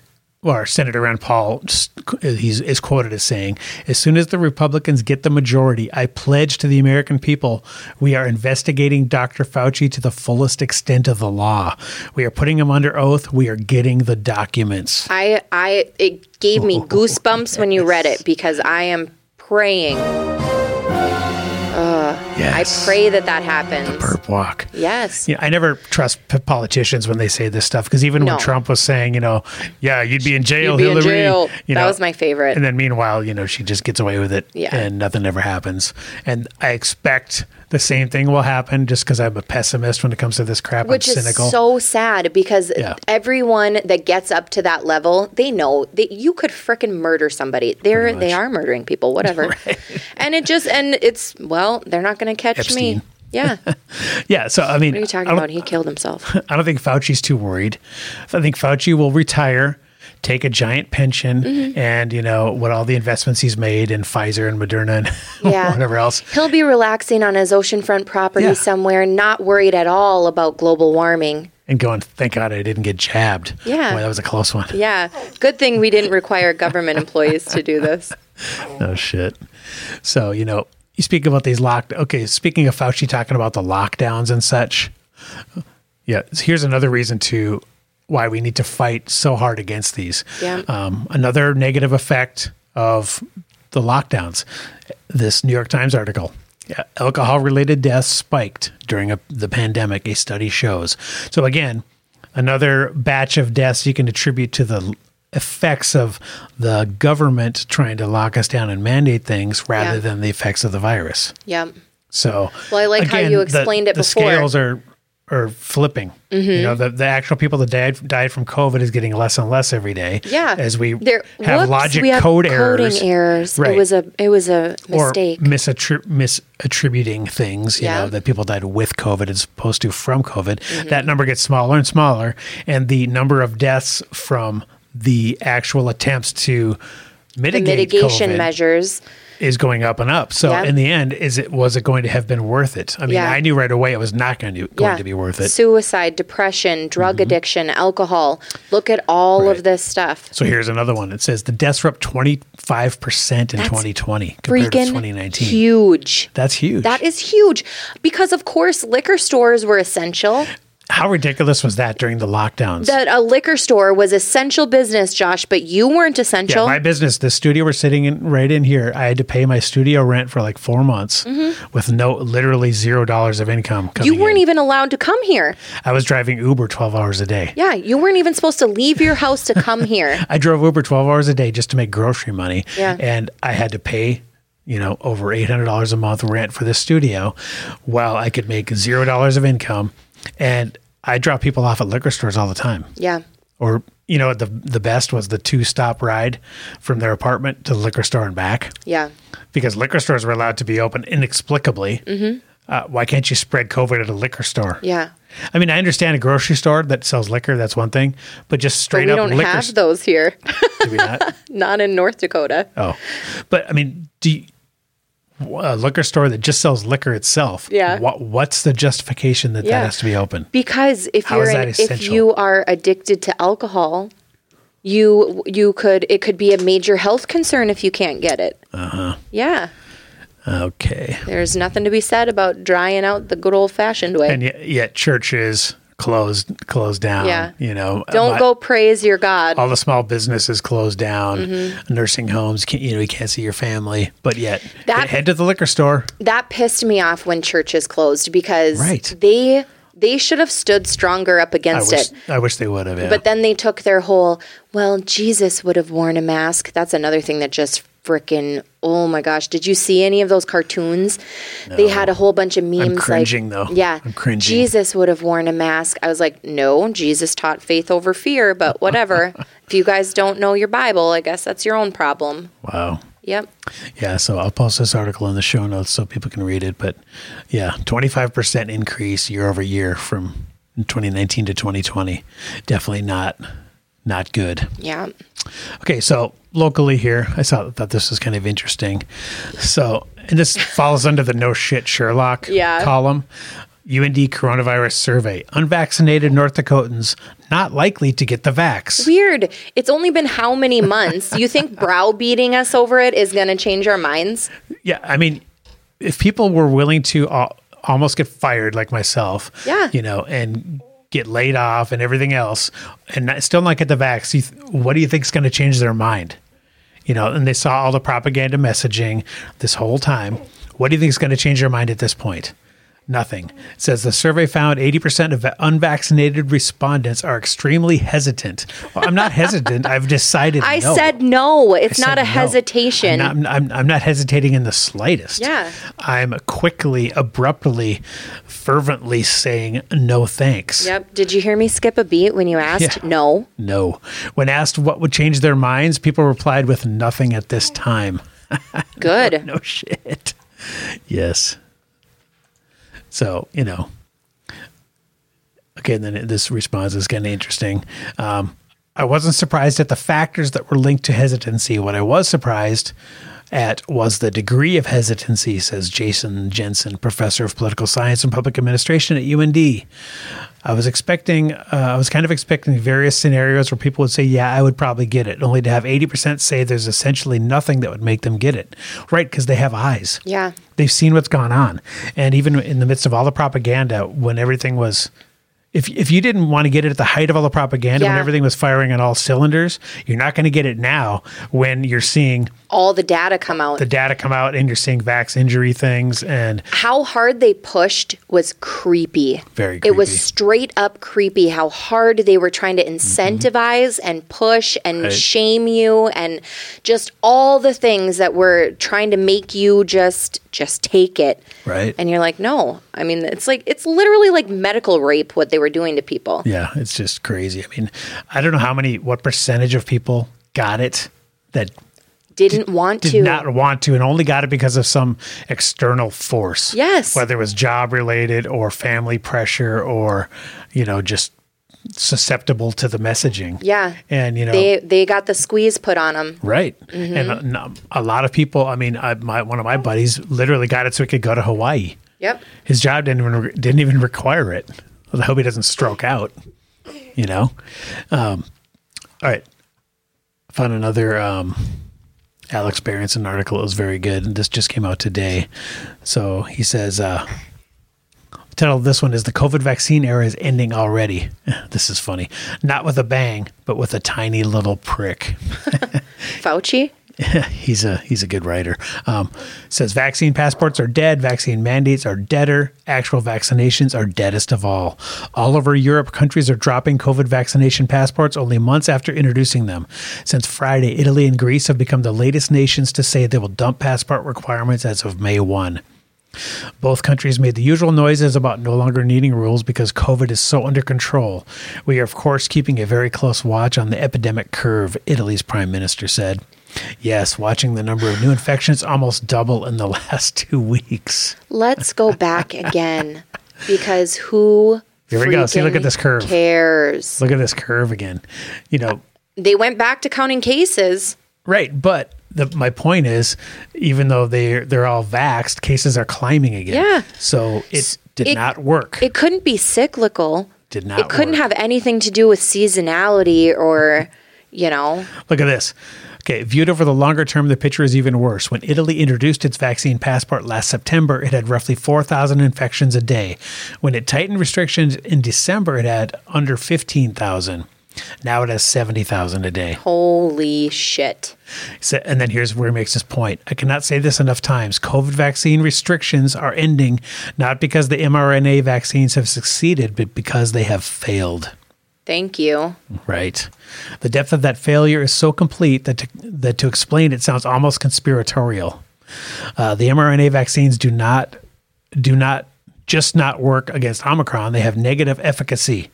S1: well, our Senator Rand Paul s- he's, is quoted as saying, as soon as the Republicans get the majority, I pledge to the American people, we are investigating Dr. Fauci to the fullest extent of the law. We are putting him under oath. We are getting the documents.
S2: I I it
S1: <laughs>
S2: gave me goosebumps when you read it because I am praying. I
S1: Yes.
S2: pray that that happens.
S1: Perp walk.
S2: Yes.
S1: Yeah, I never trust p- politicians when they say this stuff because even
S2: No.
S1: when Trump was saying, you know, yeah, you'd be in jail,
S2: You'd be in
S1: Hillary.
S2: jail.
S1: you
S2: That
S1: know,
S2: was my favorite.
S1: And then meanwhile, you know, she just gets away with it,
S2: Yeah.
S1: and nothing ever happens. And I expect the same thing will happen just because I'm a pessimist when it comes to this crap.
S2: Which
S1: I'm
S2: is
S1: cynical.
S2: so sad because
S1: Yeah.
S2: everyone that gets up to that level, they know that you could frickin' murder somebody. They're
S1: much.
S2: they are murdering people, whatever.
S1: <laughs>
S2: And it just and it's well, they're not going to catch
S1: Epstein.
S2: me.
S1: <laughs>
S2: Yeah, what
S1: yeah. So I mean,
S2: are you
S1: I
S2: talking
S1: don't-
S2: about? He
S1: <laughs>
S2: killed himself.
S1: I don't think Fauci's too worried. I think Fauci will retire, take a giant pension,
S2: Mm-hmm.
S1: and you know what all the investments he's made in Pfizer and Moderna and <laughs>
S2: Yeah.
S1: whatever else.
S2: He'll be relaxing on his oceanfront property
S1: Yeah.
S2: somewhere, not worried at all about global warming.
S1: and going, thank God I didn't get jabbed.
S2: Yeah.
S1: Boy, that was a close one.
S2: Yeah, good thing we didn't require government employees to do this.
S1: Oh, shit. So, you know, you speak about these locked. Okay. Speaking of Fauci talking about the lockdowns and such. Yeah. so here's another reason to why we need to fight so hard against these.
S2: Yeah.
S1: Um, another negative effect of the lockdowns. This New York Times article. Yeah, Alcohol related deaths spiked during a, the pandemic, a study shows. So, again, another batch of deaths you can attribute to the l- effects of the government trying to lock us down and mandate things rather
S2: Yeah.
S1: than the effects of the virus.
S2: Yep.
S1: So
S2: Well, I like how you
S1: the-
S2: explained it
S1: the
S2: before. Mm-hmm.
S1: scales are are flipping. You know, the, the actual people that died died from COVID is getting less and less every day.
S2: Yeah.
S1: as we
S2: There-
S1: have
S2: whoops,
S1: logic
S2: we have
S1: code
S2: coding
S1: errors,
S2: errors.
S1: Right.
S2: It was a it was a
S1: or
S2: mistake.
S1: misattri- misattributing things. You
S2: Yeah. Mm-hmm.
S1: know that people died with COVID as opposed to from COVID. That number gets smaller and smaller, and the number of deaths from the actual attempts to
S2: the
S1: mitigate
S2: mitigation
S1: COVID
S2: measures.
S1: is going up and up. So
S2: Yeah.
S1: in the end, is it was it going to have been worth it? I mean,
S2: Yeah.
S1: I knew right away it was not going to going
S2: Yeah.
S1: to be worth it.
S2: Suicide, depression, drug addiction, alcohol. Look at all
S1: Mm-hmm. Right.
S2: of this stuff.
S1: So here's another one. It says the deaths were up 25 percent in 2020 compared to
S2: Freaking
S1: 2019.
S2: huge.
S1: That's huge.
S2: That is huge because, of course, liquor stores were essential.
S1: How ridiculous was that during the lockdowns?
S2: That a liquor store was essential business, Josh, but you weren't
S1: yeah,
S2: essential.
S1: my business, the studio we're sitting in right in here, I had to pay my studio rent for like four months with no, literally zero dollars of income. Coming
S2: Mm-hmm. you weren't e-
S1: in.
S2: even allowed to come here.
S1: I was driving Uber 12 hours a day.
S2: Yeah, you weren't even supposed to leave your house to come
S1: <laughs>
S2: here.
S1: I drove Uber 12 hours a day just to make grocery money.
S2: Yeah.
S1: And I had to pay, you know, over $800 a month rent for the studio while I could make $0 of income. And I drop people off at liquor stores all the time.
S2: Yeah.
S1: Or, you know, the, the best was the two stop ride from their apartment to the liquor store and back
S2: Yeah.
S1: because liquor stores were allowed to be open inexplicably. Uh, why can't you spread COVID at a liquor store?
S2: Mm-hmm. Yeah.
S1: I mean, I understand a grocery store that sells liquor, that's one thing, but just
S2: But we
S1: straight up
S2: don't
S1: liquor
S2: have
S1: st-
S2: those here. <laughs>
S1: do we not?
S2: Not in North Dakota.
S1: Oh, but I mean, do you, a liquor store that just sells liquor itself?
S2: Yeah.
S1: What What's the justification that
S2: Yeah.
S1: that has to be open?
S2: Because if
S1: How
S2: you're
S1: is that
S2: an, if
S1: essential?
S2: you are addicted to alcohol, you you could it could be a major health concern if you can't get it. Uh-huh. Yeah.
S1: Okay.
S2: There's nothing to be said about drying out the good old fashioned way.
S1: And yet, yet churches closed closed down.
S2: Yeah.
S1: You know,
S2: Don't
S1: uh, my- Oh.
S2: go praise your God.
S1: All the small businesses closed down.
S2: Mm-hmm.
S1: Nursing homes, can't, you know, you can't see your family. But yet,
S2: That-
S1: they head to the liquor store.
S2: that pissed me off when churches closed because
S1: Right.
S2: they they should have stood stronger up
S1: I
S2: against
S1: wish,
S2: it.
S1: I wish they would have. Yeah.
S2: But then they took their whole, well, Jesus would have worn a mask. That's another thing that just freaking, oh my gosh. Did you see any of those cartoons? They had a whole bunch of memes. like-
S1: cringing, though.
S2: Yeah.
S1: I'm cringing.
S2: Jesus would have worn a mask. I was like, no, Jesus taught faith over fear, but
S1: <laughs>
S2: whatever. if you guys don't know your Bible, I guess that's your own problem.
S1: wow.
S2: Yep.
S1: Yeah, so I'll post this article in the show notes so people can read it. But yeah, 25% increase year over year from 2019 to 2020. Definitely not not good.
S2: Yeah.
S1: Okay, so locally here, I saw thought this was kind of interesting. So, and this <laughs> falls under the no shit Sherlock
S2: Yeah.
S1: column. UND coronavirus survey. Unvaccinated North Dakotans not likely to get the vax.
S2: Weird. It's only been how many months? you think
S1: <laughs>
S2: browbeating us over it is going to change our minds?
S1: Yeah, I mean, if people were willing to al- almost get fired, like myself,
S2: Yeah.
S1: you know, and get laid off and everything else, and not, still not get the vax, you th- what do you think's going to change their mind? You know, and they saw all the propaganda messaging this whole time. What do you think is going to change their mind at this point? Nothing. It says the survey found 80% of unvaccinated respondents are extremely hesitant. Well, I'm not hesitant. I've decided
S2: <laughs> I
S1: no.
S2: said no. It's
S1: I
S2: not
S1: said
S2: a
S1: no.
S2: hesitation.
S1: I'm not, I'm, I'm not hesitating in the slightest.
S2: Yeah.
S1: I'm quickly, abruptly, fervently saying no thanks.
S2: yep. Did you hear me skip a beat when you asked?
S1: Yeah.
S2: No.
S1: No. When asked what would change their minds, people replied with nothing at this time. <laughs>
S2: Good.
S1: No shit. Yes. So, you know. Okay, and then this response is kind of interesting. Um, I wasn't surprised at the factors that were linked to hesitancy. What I was surprised at was the degree of hesitancy, says Jason Jensen, professor of political science and public administration at UND. I was expecting, uh, I was kind of expecting various scenarios where people would say, yeah, I would probably get it, only to have 80% say there's essentially nothing that would make them get it. Right, because they have eyes.
S2: Yeah.
S1: They've seen what's gone on. And even in the midst of all the propaganda, when everything was, if, if you didn't want to get it at the height of all the propaganda, when
S2: Yeah.
S1: everything was firing on all cylinders, you're not going to get it now when you're seeing
S2: All the data come out.
S1: the data come out and you're seeing vax injury things. And
S2: how hard they pushed was creepy.
S1: Very
S2: It was
S1: creepy.
S2: straight up creepy how hard they were trying to incentivize and push and
S1: Mm-hmm. Right.
S2: shame you and just all the things that were trying to make you just just take it.
S1: Right.
S2: And you're like, "No." I mean, it's like it's literally like medical rape what they were doing to people.
S1: yeah, it's just crazy. I mean, I don't know how many, what percentage of people got it that
S2: Didn't want
S1: did
S2: to.
S1: not want to and only got it because of some external force.
S2: Yes.
S1: Whether it was job related or family pressure or, you know, just susceptible to the messaging.
S2: Yeah.
S1: And, um, you know,
S2: They Mm-hmm. they got the squeeze put on them.
S1: right. And uh, no- a lot of people, I mean, I, my, one of my buddies literally got it so he could go to Hawaii.
S2: Yep.
S1: His job didn't even, re- didn't even require it. I hope he doesn't stroke out, you know? Um, all right. Found another um, Alex Berenson article. It was very good. And this just came out today. So he says, uh, the title of this one is The COVID Vaccine Era is Ending Already. <laughs> This is funny. Not with a bang, but with a tiny little prick.
S2: Fauci?
S1: He's a he's a good writer. Um, says vaccine passports are dead, vaccine mandates are deader, actual vaccinations are deadest of all. All over Europe, countries are dropping COVID vaccination passports only months after introducing them. Since Friday, Italy and Greece have become the latest nations to say they will dump passport requirements as of May one. Both countries made the usual noises about no longer needing rules because COVID is so under control. We are, of course, keeping a very close watch on the epidemic curve, Italy's prime minister said. Yes, watching the number of new infections almost double in the <laughs> last two weeks. <laughs>
S2: Let's go back again because who
S1: Here we go. See, look at
S2: freaking
S1: this curve.
S2: Cares.
S1: Look at this curve again. You know,
S2: They went back to counting cases.
S1: right. But the, my point is, even though they're, they're all vaxxed, cases are climbing again.
S2: Yeah.
S1: So it did
S2: It-
S1: not work.
S2: It couldn't be cyclical.
S1: Did not
S2: It couldn't
S1: work.
S2: have anything to do with seasonality or, you know,
S1: Look at this. Okay, viewed over the longer term, the picture is even worse. When Italy introduced its vaccine passport last September, it had roughly 4,000 infections a day. When it tightened restrictions in December, it had under 15,000. Now it has 70,000 a day.
S2: holy shit.
S1: So- and then here's where he makes his point. I cannot say this enough times. COVID vaccine restrictions are ending not because the mRNA vaccines have succeeded, but because they have failed.
S2: Thank you.
S1: Right. The depth of that failure is so complete that to, that to explain it sounds almost conspiratorial. Uh, the mRNA vaccines do not do not just not work against Omicron. They have negative efficacy,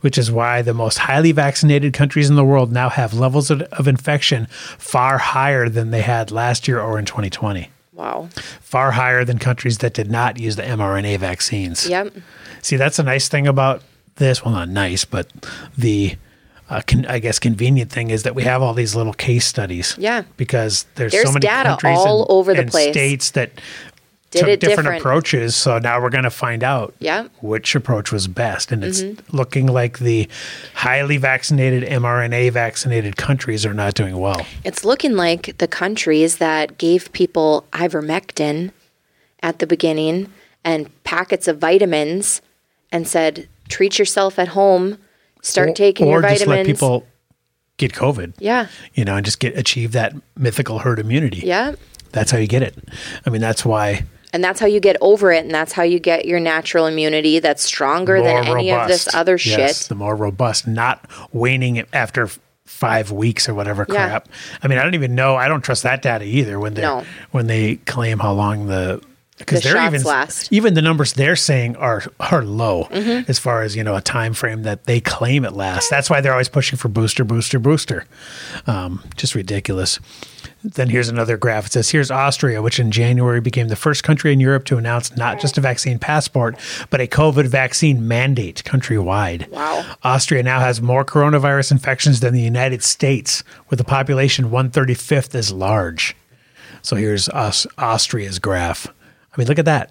S1: which is why the most highly vaccinated countries in the world now have levels of, of infection far higher than they had last year or in 2020.
S2: Wow.
S1: Far higher than countries that did not use the mRNA vaccines.
S2: Yep.
S1: See, that's a nice thing about this. Well, not nice, but the uh, con- I guess convenient thing is that we have all these little case studies.
S2: Yeah.
S1: because there's, so
S2: There's
S1: many
S2: data
S1: countries
S2: all
S1: and,
S2: over the
S1: and
S2: place.
S1: states that
S2: Did
S1: took
S2: it
S1: different,
S2: different.
S1: approaches. So now we're going to find out
S2: Yep.
S1: which approach was best, and it's
S2: Mm-hmm.
S1: looking like the highly vaccinated mRNA vaccinated countries are not doing well.
S2: It's looking like the countries that gave people ivermectin at the beginning and packets of vitamins and said, treat yourself at home, start taking
S1: or
S2: your
S1: just let
S2: vitamins.
S1: people get COVID.
S2: yeah.
S1: You know, and just get achieve that mythical herd immunity.
S2: Yeah.
S1: That's how you get it. I mean, that's why
S2: And that's how you get over it. And that's how you get your natural immunity that's stronger than any of this other shit.
S1: The more robust, not waning it after f- five weeks or whatever
S2: Yeah.
S1: crap. I mean, I don't even know. I don't trust that data either when they
S2: No.
S1: when they claim how long the because
S2: The
S1: they're
S2: shots
S1: even
S2: last.
S1: even the numbers they're saying are are low as far as you know a time frame that they claim it lasts. That's why they're always pushing for booster, booster, booster. Um, just ridiculous. Then here's another graph. It says here's Austria, which in January became the first country in Europe to announce not just a vaccine passport, but a COVID vaccine mandate countrywide.
S2: Wow.
S1: Austria now has more coronavirus infections than the United States, with a population 135th as large. So here's Aus- Austria's graph. I mean, look at that.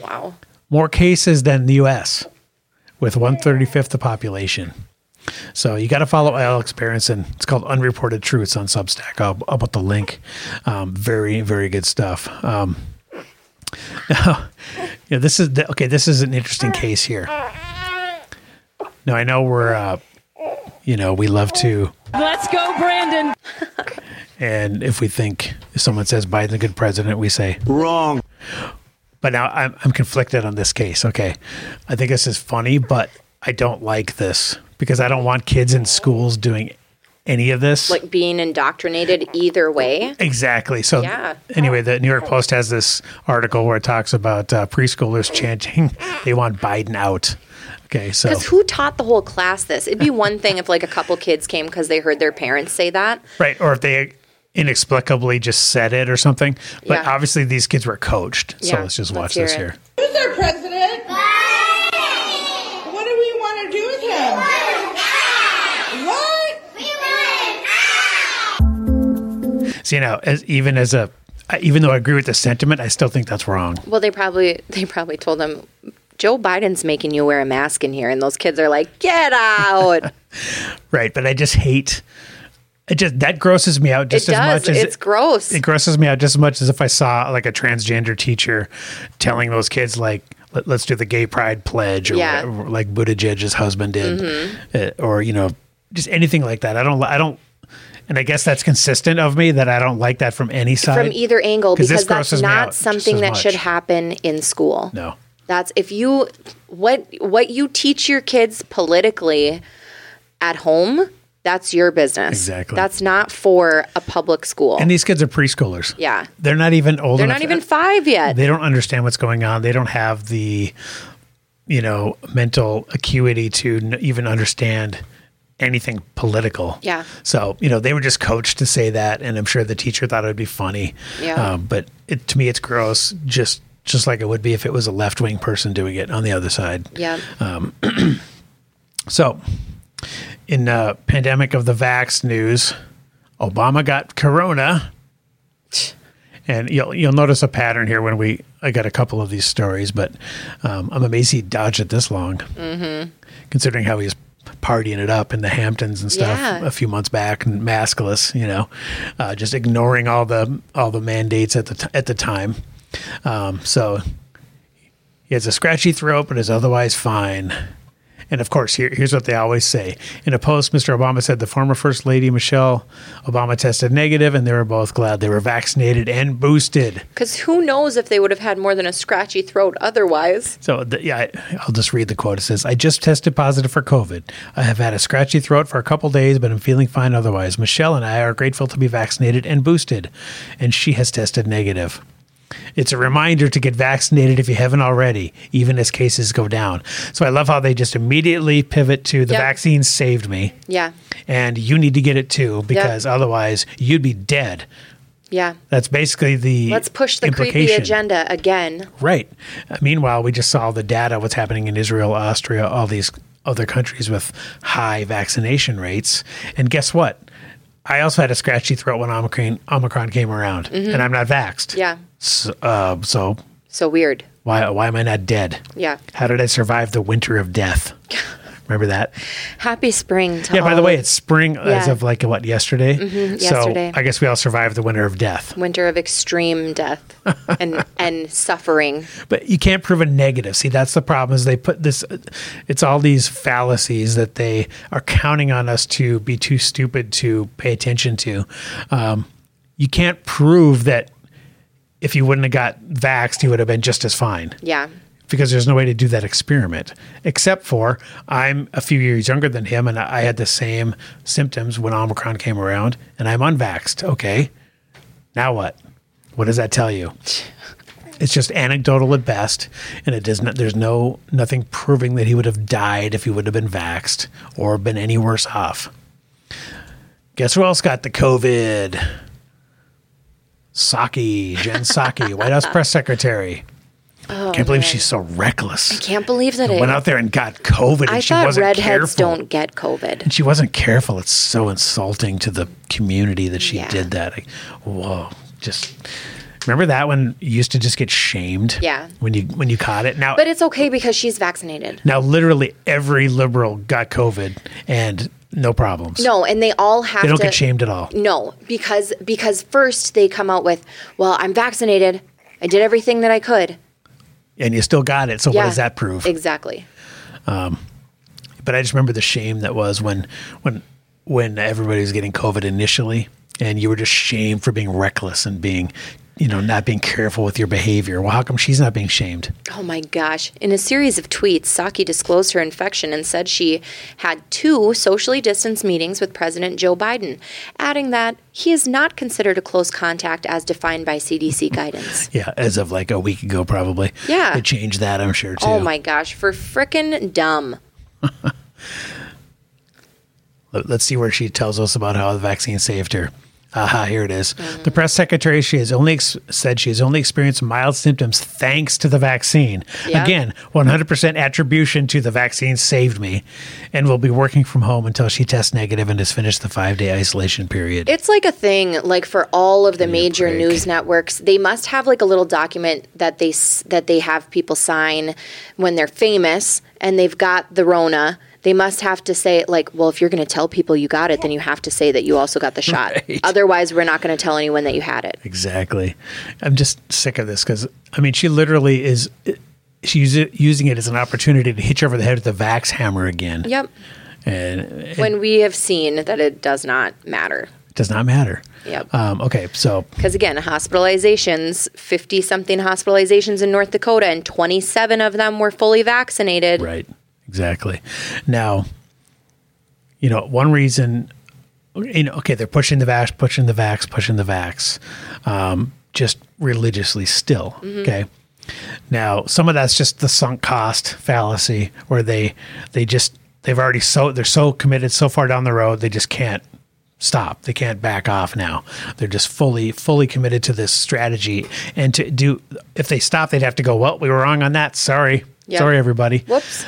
S2: Wow.
S1: More cases than the US, with 135th the population. So you got to follow Alex Berenson. It's called Unreported Truths on Substack. I'll, I'll put the link. Um, very, very good stuff. Um, <laughs> yeah, this is the, okay. This is an interesting case here. Now I know we're, uh, you know, we love to,
S5: Let's go, Brandon.
S1: and if we think if someone says Biden's a good president, we say
S3: Wrong.
S1: but now I'm, I'm conflicted on this case. Okay. I think this is funny, but I don't like this because I don't want kids in schools doing any of this.
S2: Like being indoctrinated either way.
S1: Exactly. So,
S2: Yeah.
S1: anyway, the New York Post has this article where it talks about uh, preschoolers <laughs> chanting they want Biden out. Okay. So,
S2: Because who taught the whole class this? It'd be one thing if like a couple kids came because they heard their parents say that.
S1: right. Or if they inexplicably just said it or something. But
S2: Yeah.
S1: obviously, these kids were coached. So,
S2: Yeah.
S1: let's just
S2: Let's
S1: watch
S2: hear
S1: this
S2: it.
S1: here.
S6: Who's our president? What do we want to do with him? What?
S1: So, you know, as, even as a, I- even though I agree with the sentiment, I still think that's wrong.
S2: Well, they probably <laughs> they probably told them Joe Biden's making you wear a mask in here, and those kids are like, "Get out!"
S1: Right, but I just hate it. Just that grosses me out <laughs>
S2: it
S1: just as
S2: does.
S1: much as
S2: It's gross.
S1: it grosses me out just as much as if I saw like a transgender teacher telling those kids like Let, us do the gay pride pledge or
S2: Yeah. Mm-hmm.
S1: whatever, like Buttigieg's husband did, Uh, or you know just anything like that. I don't. li- I don't. And I guess that's consistent of me that I don't like that from any side.
S2: from either angle
S1: 'Cause this
S2: because that's
S1: grosses me out
S2: not
S1: just
S2: something
S1: as
S2: that
S1: much.
S2: should happen in school.
S1: no.
S2: That's if you what what you teach your kids politically at home, that's your business.
S1: Exactly.
S2: That's not for a public school.
S1: And these kids are preschoolers.
S2: Yeah.
S1: They're not even old
S2: They're
S1: enough.
S2: not even 5 yet.
S1: they don't understand what's going on. They don't have the, you know, mental acuity to n- even understand anything political.
S2: Yeah.
S1: So you know they were just coached to say that, and I'm sure the teacher thought it would be funny.
S2: Yeah.
S1: Um, but it, to me, it's gross. Just just like it would be if it was a left wing person doing it on the other side.
S2: yeah.
S1: Uh. So, in uh, pandemic of the vax news, Obama got corona, and you'll you'll notice a pattern here when we I got a couple of these stories, but um, I'm amazed he dodged it this long, mm-hmm. considering how he was partying it up in the Hamptons and stuff
S2: Yeah.
S1: a few months back and maskless, you know, uh, just ignoring all the all the mandates at the t- at the time. Um, so he has a scratchy throat, but is otherwise fine. And of course, here, here's what they always say. In a post, Mr. Obama said the former First Lady Michelle Obama tested negative, and they were both glad they were vaccinated and boosted.
S2: Cuz who knows if they would have had more than a scratchy throat otherwise.
S1: So, the, yeah, I, I'll just read the quote. It says, I just tested positive for COVID. I have had a scratchy throat for a couple days, but I'm feeling fine otherwise. Michelle and I are grateful to be vaccinated and boosted, and she has tested negative. It's a reminder to get vaccinated if you haven't already, even as cases go down. So I love how they just immediately pivot to the
S2: Yep.
S1: vaccine saved me.
S2: Yeah.
S1: and you need to get it too because otherwise you'd be dead.
S2: Yeah.
S1: That's basically the
S2: Let's push the creepy
S1: implication.
S2: agenda again.
S1: Right. Uh, Meanwhile, we just saw the data what's happening in Israel, Austria, all these other countries with high vaccination rates. And guess what? I also had a scratchy throat when Omicron, Omicron came around, and I'm not vaxxed.
S2: Mm-hmm. Yeah.
S1: So, uh, so
S2: So weird.
S1: why why am I not dead?
S2: Yeah.
S1: How did I survive the winter of
S2: <laughs>
S1: death? Remember that?
S2: Happy spring to
S1: Yeah, by
S2: all
S1: the way,
S2: of
S1: it's spring as
S2: Yeah. Mm-hmm.
S1: of like what yesterday.
S2: yesterday.
S1: So I guess we all survived the winter of death.
S2: winter of
S1: <laughs>
S2: extreme death and and suffering.
S1: But you can't prove a negative. See, that's the problem is they put this it's all these fallacies that they are counting on us to be too stupid to pay attention to. Um, you can't prove that if you wouldn't have got vaxxed, you would have been just as fine
S2: Yeah.
S1: because there's no way to do that experiment except for I'm a few years younger than him and I had the same symptoms when Omicron came around and I'm unvaxxed. Okay. Now what? What does that tell you? It's just anecdotal at best, and it does not. There's no nothing proving that he would have died if he would have been vaxxed or been any worse off. Guess who else got the COVID? Saki, Jen
S2: <laughs>
S1: Saki, White House press secretary. Can't believe she's so reckless.
S2: Oh, Can't believe that
S1: And
S2: it.
S1: went out there and got COVID, and
S2: I
S1: she
S2: thought
S1: wasn't
S2: redheads
S1: careful.
S2: don't get COVID.
S1: And she wasn't careful. It's so insulting to the community that she
S2: Yeah.
S1: did that. Like, whoa, just remember that when you used to just get shamed.
S2: Yeah.
S1: When you when you caught it. Now
S2: But it's okay because she's vaccinated.
S1: now literally every liberal got COVID and no problems.
S2: No, and they all have
S1: They don't
S2: to
S1: get shamed at all.
S2: No, because because first they come out with, "Well, I'm vaccinated. I did everything that I could."
S1: And you still got it. So what does that prove?
S2: Exactly.
S1: but I just remember the shame that was when when when everybody was getting COVID initially, and you were just shamed for being reckless and being, you know, not being careful with your behavior. Well, how come she's not being shamed?
S2: Oh my gosh. In a series of tweets, Saki disclosed her infection and said she had two socially distanced meetings with President Joe Biden, adding that he is not considered a close contact as defined by CDC guidance.
S1: Yeah, as of like a week ago, probably.
S2: Yeah.
S1: they changed that. I'm sure too.
S2: Oh my gosh, for frickin' dumb.
S1: Let- Let's see where she tells us about how the vaccine saved her. Aha, here it is.
S2: Mm.
S1: The press secretary she has only ex- said she has only experienced mild symptoms thanks to the vaccine.
S2: Yeah.
S1: Again, 100% attribution to the vaccine saved me and will be working from home until she tests negative and has finished the 5-day isolation period.
S2: It's like a thing, like for all of the major
S1: break.
S2: news networks, they must have like a little document that they s- that they have people sign when they're famous and they've got the Rona. They must have to say like, well, if you're going to tell people you got it, then you have to say that you
S1: <laughs>
S2: also got the shot. Otherwise, we're not going to tell anyone that you had it.
S1: Exactly. I'm just sick of this because I mean, she literally is. She's using it as an opportunity to hit you over the head with the vax hammer again. <laughs>
S2: Yep.
S1: And
S2: When we have seen that it does not matter.
S1: it does not matter.
S2: Yep.
S1: Um, okay, so
S2: Because again, hospitalizations, 50 something hospitalizations in North Dakota, and 27 of them were fully vaccinated.
S1: right, exactly. Now, you know, one reason, you know, okay, they're pushing the vax, pushing the vax, pushing the vax, um, just religiously still. Okay. Now, some of that's just the sunk cost fallacy, where they they just they've already so they're so committed so far down the road they just can't stop. They can't back off now. They're just fully fully committed to this strategy and to do. If they stop, they'd have to go. Well, we were wrong on that. Sorry,
S2: Yeah.
S1: sorry, everybody.
S2: Whoops.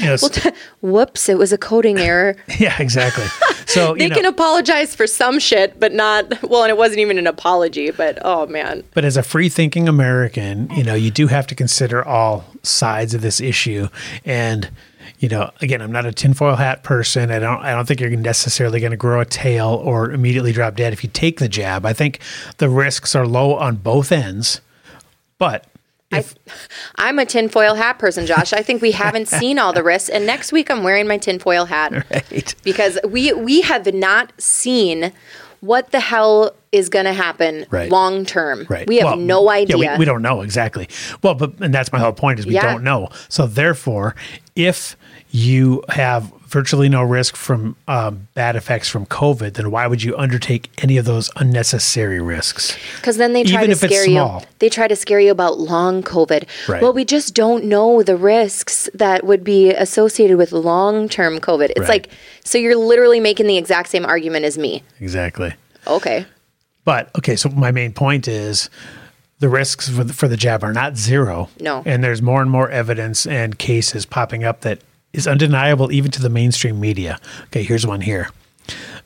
S1: You know, it's-
S2: <laughs> Whoops, it was a coding error.
S1: <laughs> yeah, exactly. So
S2: <laughs> they
S1: you know,
S2: can apologize for some shit, but not well, and it wasn't even an apology, but oh man.
S1: but as a free thinking American, you know, you do have to consider all sides of this issue. And, you know, again, I'm not a tinfoil hat person. I don't I don't think you're necessarily gonna grow a tail or immediately drop dead if you take the jab. I think the risks are low on both ends. But
S2: <laughs> I'm a tinfoil hat person, Josh. I think
S1: <laughs>
S2: we haven't seen all the risks, and next week I'm wearing my tinfoil hat
S1: right.
S2: because we we have not seen what the hell is going to happen
S1: Right.
S2: long term.
S1: Right.
S2: We have
S1: Well,
S2: no idea.
S1: Yeah, we, we don't know exactly. Well, but and that's my whole point is we
S2: Yeah.
S1: don't know. So therefore, if you have virtually no risk from um, bad effects from COVID, then why would you undertake any of those unnecessary risks?
S2: Because then they try
S1: Even
S2: to
S1: if it's
S2: scare you.
S1: small.
S2: They try to scare you about long COVID.
S1: Right.
S2: Well, we just don't know the risks that would be associated with long term COVID. It's
S1: Right.
S2: like, so you're literally making the exact same argument as me.
S1: Exactly.
S2: Okay.
S1: But okay, so my main point is the risks for the, for the jab are not zero.
S2: No.
S1: And there's more and more evidence and cases popping up that is undeniable even to the mainstream media. Okay, here's one here.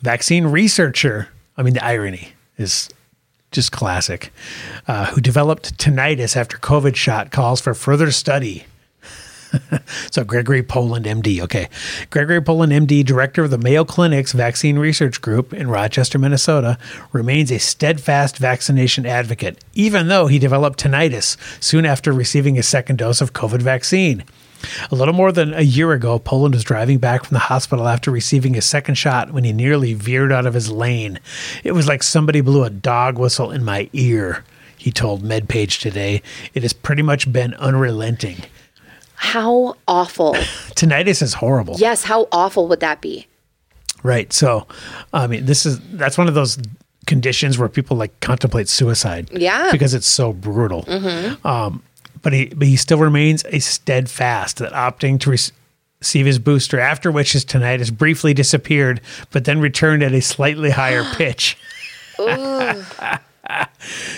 S1: Vaccine researcher, I mean, the irony is just classic, uh, who developed tinnitus after COVID shot calls for further study. So Gregory Poland, MD. Okay, Gregory Poland, MD, director of the Mayo Clinic's Vaccine Research Group in Rochester, Minnesota, remains a steadfast vaccination advocate, even though he developed tinnitus soon after receiving his second dose of COVID vaccine. A little more than a year ago, Poland was driving back from the hospital after receiving his second shot when he nearly veered out of his lane. It was like somebody blew a dog whistle in my ear, He told MedPage today it has pretty much been unrelenting.
S2: How awful.
S1: Tinnitus is horrible.
S2: yes, how awful would that be?
S1: Right. So, I mean, this is that's one of those conditions where people like contemplate suicide.
S2: Yeah.
S1: Because it's so brutal. Um, but he but he still remains a steadfast that opting to rec- receive his booster, after which his tinnitus briefly disappeared, but then returned at a slightly higher pitch.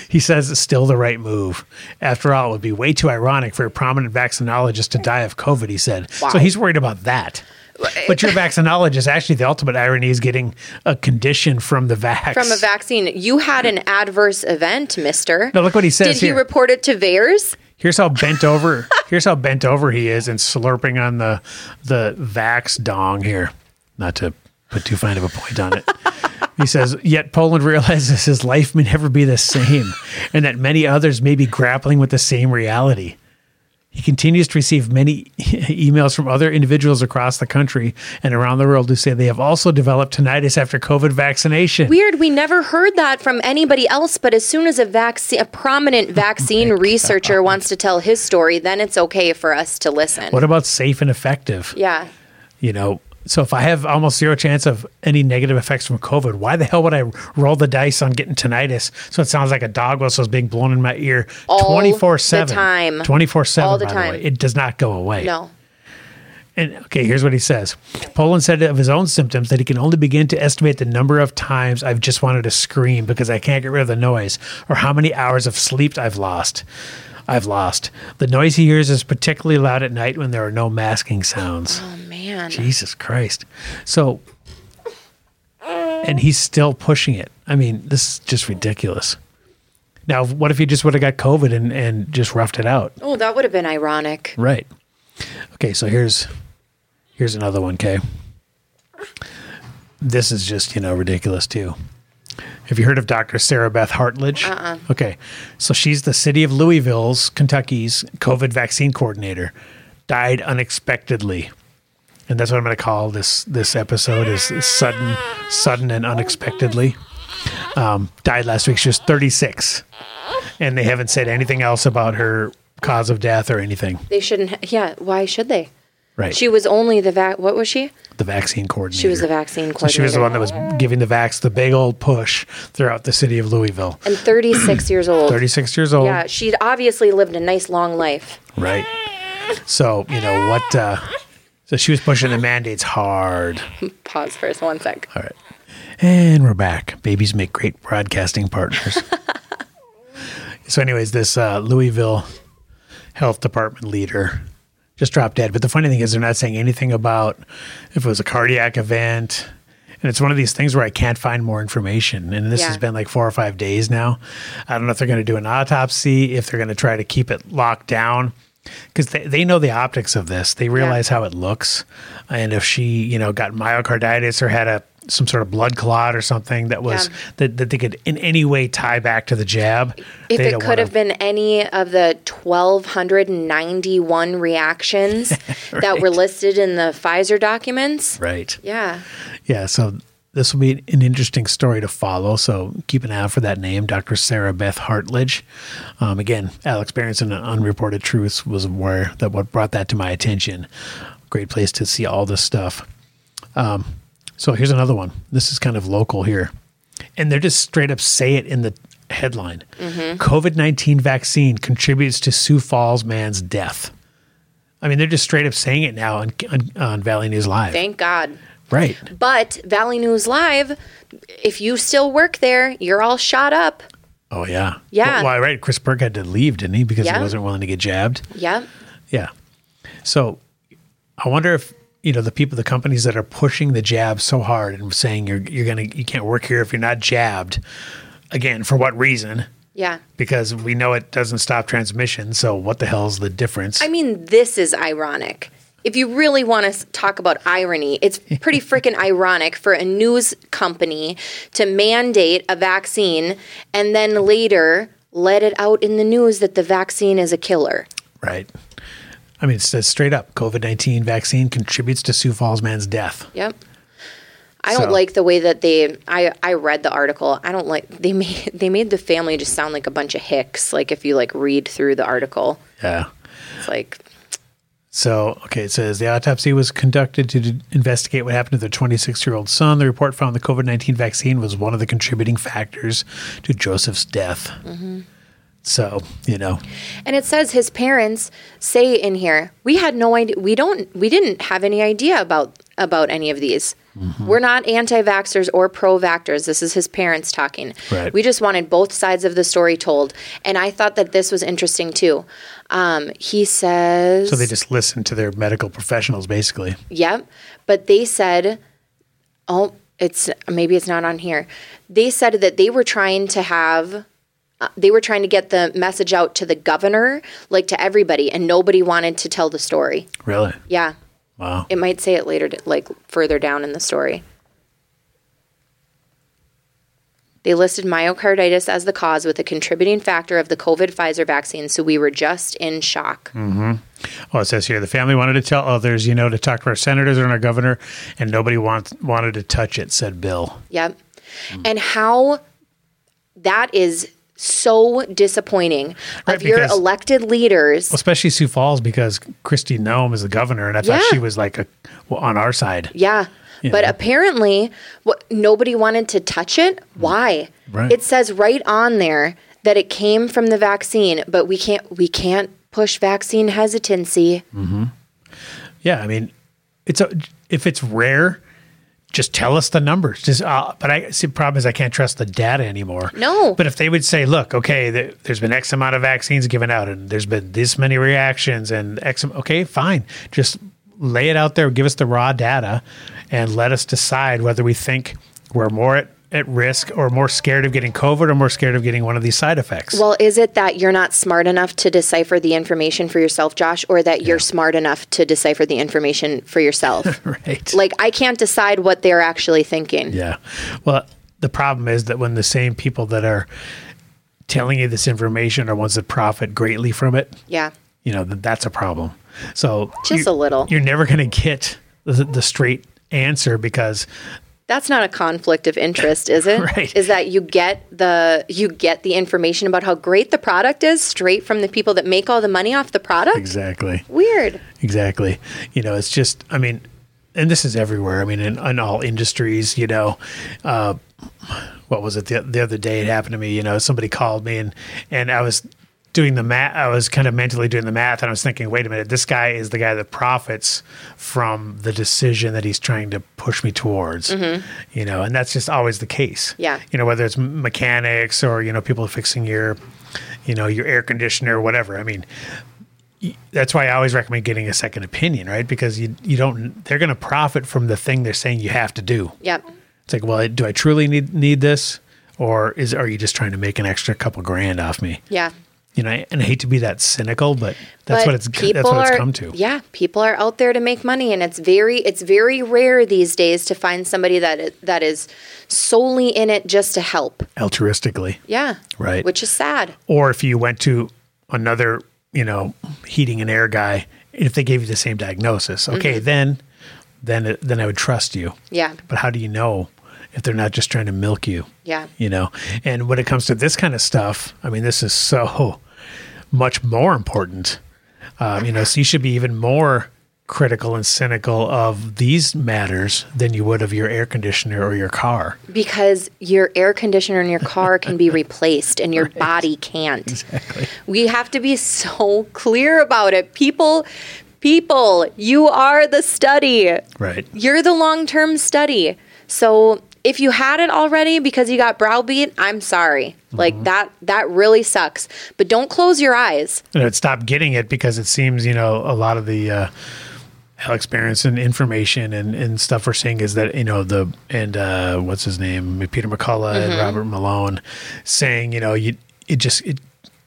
S1: He says it's still the right move. After all, it would be way too ironic for a prominent vaccinologist to die of COVID, he said. So he's worried about that. But your vaccinologist, actually, the ultimate irony is getting a condition from the vax.
S2: From a vaccine, you had an adverse event, mister.
S1: Now, look what he says
S2: Did he
S1: here.
S2: report it to VAERS?
S1: Here's how bent over. here's how bent over he is and slurping on the the vax dong here. Not to put too fine of a point on it. he says, yet Poland realizes his life may never be the same, and that many others may be grappling with the same reality. He continues to receive many <laughs> emails from other individuals across the country and around the world who say they have also developed tinnitus after COVID vaccination.
S2: Weird, we never heard that from anybody else, but as soon as a vaccine
S1: <laughs>
S2: a
S1: Oh
S2: prominent vaccine researcher wants to tell his story, then it's okay for us to listen.
S1: what about safe and effective?
S2: yeah.
S1: you know so if i have almost zero chance of any negative effects from covid why the hell would i roll the dice on getting tinnitus so it sounds like a dog whistle is being blown in my ear
S2: All
S1: 24-7
S2: the time.
S1: 24-7
S2: All the
S1: by
S2: time.
S1: way. it does not go away
S2: No.
S1: and okay, here's what he says. Poland said of his own symptoms that he can only begin to estimate the number of times I've just wanted to scream because I can't get rid of the noise, or how many hours of sleep I've lost. I've lost. The noise he hears is particularly loud at night when there are no masking sounds.
S2: Oh man.
S1: Jesus Christ. So, and he's still pushing it. I mean, this is just ridiculous. Now, what if he just would have got COVID and, and just roughed it out?
S2: Oh, that would have been ironic.
S1: Right. Okay, so here's here's another one, Kay. This is just, you know, ridiculous too. Have you heard of Dr. Sarah Beth Hartledge? Uh-uh. Okay. So she's the city of Louisville's, Kentucky's COVID vaccine coordinator. Died unexpectedly. And that's what I'm going to call this this episode is, is sudden sudden and unexpectedly. Um, died last week. She was 36. And they haven't said anything else about her cause of death or anything.
S2: They shouldn't ha- Yeah, why should they?
S1: Right.
S2: She was only the vac what was she?
S1: the vaccine coordinator.
S2: She was the vaccine
S1: So she was the one that was giving the vax the big old push throughout the city of Louisville. <clears throat>
S2: And 36 years old.
S1: 36 years old.
S2: Yeah, she'd obviously lived a nice long life.
S1: Right. So, you know, what uh so she was pushing the mandates hard.
S2: Pause for one sec.
S1: And we're back. Babies make great broadcasting partners. so, anyways, this uh, Louisville Health Department leader just dropped dead. But the funny thing is, they're not saying anything about if it was a cardiac event. And it's one of these things where I can't find more information. And this
S2: Yeah.
S1: has been like four or five days now. I don't know if they're going to do an autopsy, if they're going to try to keep it locked down. Because they, they know the optics of this. They realize how it looks. And if she, you know, got myocarditis or had a some sort of blood clot or something that was
S2: Yeah.
S1: that, that they could in any way tie back to the jab.
S2: If
S1: they
S2: it
S1: don't
S2: could
S1: wanna-
S2: have been any of the 1,291
S1: <laughs>
S2: reactions that were
S1: Right.
S2: listed in the Pfizer documents.
S1: right.
S2: Yeah.
S1: Yeah, so this will be an interesting story to follow. So keep an eye out for that name, Dr. Sarah Beth Hartledge. Um, again, Alex Berenson and Unreported Truths was where that what brought that to my attention. Great place to see all this stuff. Um, so here's another one. This is kind of local here, and they're just straight up say it in the headline. COVID nineteen vaccine contributes to Sioux Falls man's death. I mean, they're just straight up saying it now on on, on Valley News Live.
S2: Thank God.
S1: right.
S2: But Valley News Live, if you still work there, you're all shot up.
S1: Oh yeah,
S2: Yeah.
S1: Well, well, right. Chris Burke had to leave, didn't he? Because
S2: Yeah.
S1: he wasn't willing to get jabbed.
S2: Yep.
S1: Yeah. So I wonder if you know the people, the companies that are pushing the jab so hard and saying you're you're gonna you can't work here if you're not jabbed. Again, for what reason?
S2: Yeah.
S1: Because we know it doesn't stop transmission. So what the hell's the difference?
S2: I mean, this is ironic. If you really want to talk about irony, it's pretty freaking ironic for a news company to mandate a vaccine and then later let it out in the news that the vaccine is a killer.
S1: right. I mean, it says straight up, COVID nineteen vaccine contributes to Sioux Falls man's death.
S2: Yep. I don't
S1: So-
S2: like the way that they. I I read the article. I don't like they made <laughs> they made the family just sound like a bunch of hicks. Like if you like read through the article,
S1: Yeah.
S2: it's like
S1: So, okay, it says the autopsy was conducted to d- investigate what happened to their 26 year old son. The report found the COVID 19 vaccine was one of the contributing factors to Joseph's death. So, you know,
S2: And it says his parents say in here, we had no idea. We don't. We didn't have any idea about about any of these.
S1: Mm-hmm.
S2: We're not anti-vaxxers or pro-vaxxers. This is his parents talking.
S1: Right.
S2: We just wanted both sides of the story told, and I thought that this was interesting too. Um, he says,
S1: so they just listened to their medical professionals, basically.
S2: Yep. But they said, oh, it's maybe it's not on here. They said that they were trying to have, uh, they were trying to get the message out to the governor, like to everybody, and nobody wanted to tell the story.
S1: Really?
S2: Yeah.
S1: Wow.
S2: It might say it later, d- like further down in the story. They listed myocarditis as the cause with a contributing factor of the COVID Pfizer vaccine, so we were just in shock.
S1: Well, it says here the family wanted to tell others, you know, to talk to our senators and our governor, and nobody wants, wanted to touch it, said Bill.
S2: Yep.
S1: Mm.
S2: And how that is so disappointing
S1: Right,
S2: of your
S1: because-
S2: elected leaders.
S1: Especially Sioux Falls, because Christy Nome is the governor, and I thought
S2: Yeah.
S1: she was like a, well, on our side.
S2: Yeah. But apparently, what nobody wanted to touch it. Why?
S1: Mm. Right.
S2: It says right on there that it came from the vaccine, but we can't we can't push vaccine hesitancy.
S1: Mm. Yeah, I mean, it's a, if it's rare, just tell us the numbers. Just, uh, but I see. The problem is I can't trust the data anymore.
S2: No.
S1: But if they would say, look, okay, th- there's been X amount of vaccines given out, and there's been this many reactions, and X, am- okay, fine, just lay it out there, give us the raw data, and let us decide whether we think we're more at, at risk or more scared of getting COVID or more scared of getting one of these side effects.
S2: Well, is it that you're not smart enough to decipher the information for yourself, Josh, or that you're smart enough to decipher the information for yourself?
S1: <laughs> right.
S2: Like I can't decide what they're actually thinking.
S1: Yeah. Well, the problem is that when the same people that are telling you this information are ones that profit greatly from it,
S2: Yeah.
S1: you know, th- that's a problem. So
S2: Just
S1: you-
S2: a little.
S1: You're never going to get the, the straight answer because
S2: That's not a conflict of interest, is it?
S1: <laughs> Right.
S2: Is that you get the you get the information about how great the product is straight from the people that make all the money off the product?
S1: exactly.
S2: Weird.
S1: Exactly. You know, it's just, I mean, and this is everywhere. I mean, in, in all industries, you know, uh, what was it the, the other day? It happened to me. You know, somebody called me and and I was doing the math. I was kind of mentally doing the math, and I was thinking, wait a minute, this guy is the guy that profits from the decision that he's trying to push me towards. You know, and that's just always the case.
S2: Yeah.
S1: You know, whether it's m- mechanics or you know people fixing your, you know, your air conditioner or whatever. I mean, that's why I always recommend getting a second opinion, right? Because you you don't they're going to profit from the thing they're saying you have to do.
S2: Yep.
S1: It's like, well, do I truly need need this, or is are you just trying to make an extra couple grand off me?
S2: Yeah.
S1: You know, and I hate to be that cynical, but that's
S2: But
S1: what it's that's
S2: people
S1: what it's
S2: are-
S1: come to.
S2: Yeah, people are out there to make money, and it's very it's very rare these days to find somebody that i- that is solely in it just to help.
S1: altruistically.
S2: Yeah,
S1: Right.
S2: Which is sad.
S1: Or if you went to another, you know, heating and air guy, if they gave you the same diagnosis, okay, then then it, then I would trust you.
S2: Mm-hmm. Yeah,
S1: But how do you know if they're not just trying to milk you?
S2: yeah,
S1: you know and when it comes to this kind of stuff i mean this is so much more important um, you know so you should be even more critical and cynical of these matters than you would of your air conditioner or your car
S2: because your air conditioner in your car can be replaced, and your body can't.
S1: exactly
S2: We have to be so clear about it. People, people, you are the study.
S1: right
S2: You're the long term study. So if you had it already because you got browbeat, I'm sorry. Like that that really sucks. But don't close your eyes.
S1: and it stopped getting it because it seems you know a lot of the uh health experience and information and, and stuff we're seeing is that you know the and uh what's his name peter mccullough and
S2: Mm-hmm.
S1: robert malone saying you know you it just it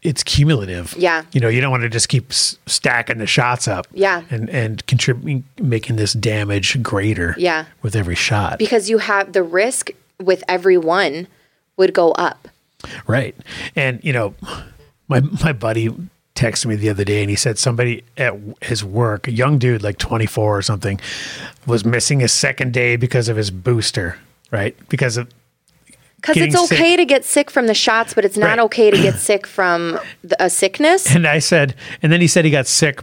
S1: it's cumulative
S2: Yeah.
S1: you know you don't want to just keep s- stacking the shots up
S2: Yeah.
S1: and and contributing making this damage greater
S2: Yeah.
S1: with every shot
S2: Because you have the risk with everyone would go up.
S1: Right. And you know, my my buddy texted me the other day and he said somebody at his work, a young dude, like 24 or something, was missing his second day because of his booster, right? Because of
S2: because it's
S1: getting sick.
S2: okay to get sick from the shots, but it's not
S1: Right.
S2: okay to get <coughs> sick from th- a sickness.
S1: And I said, and then he said he got sick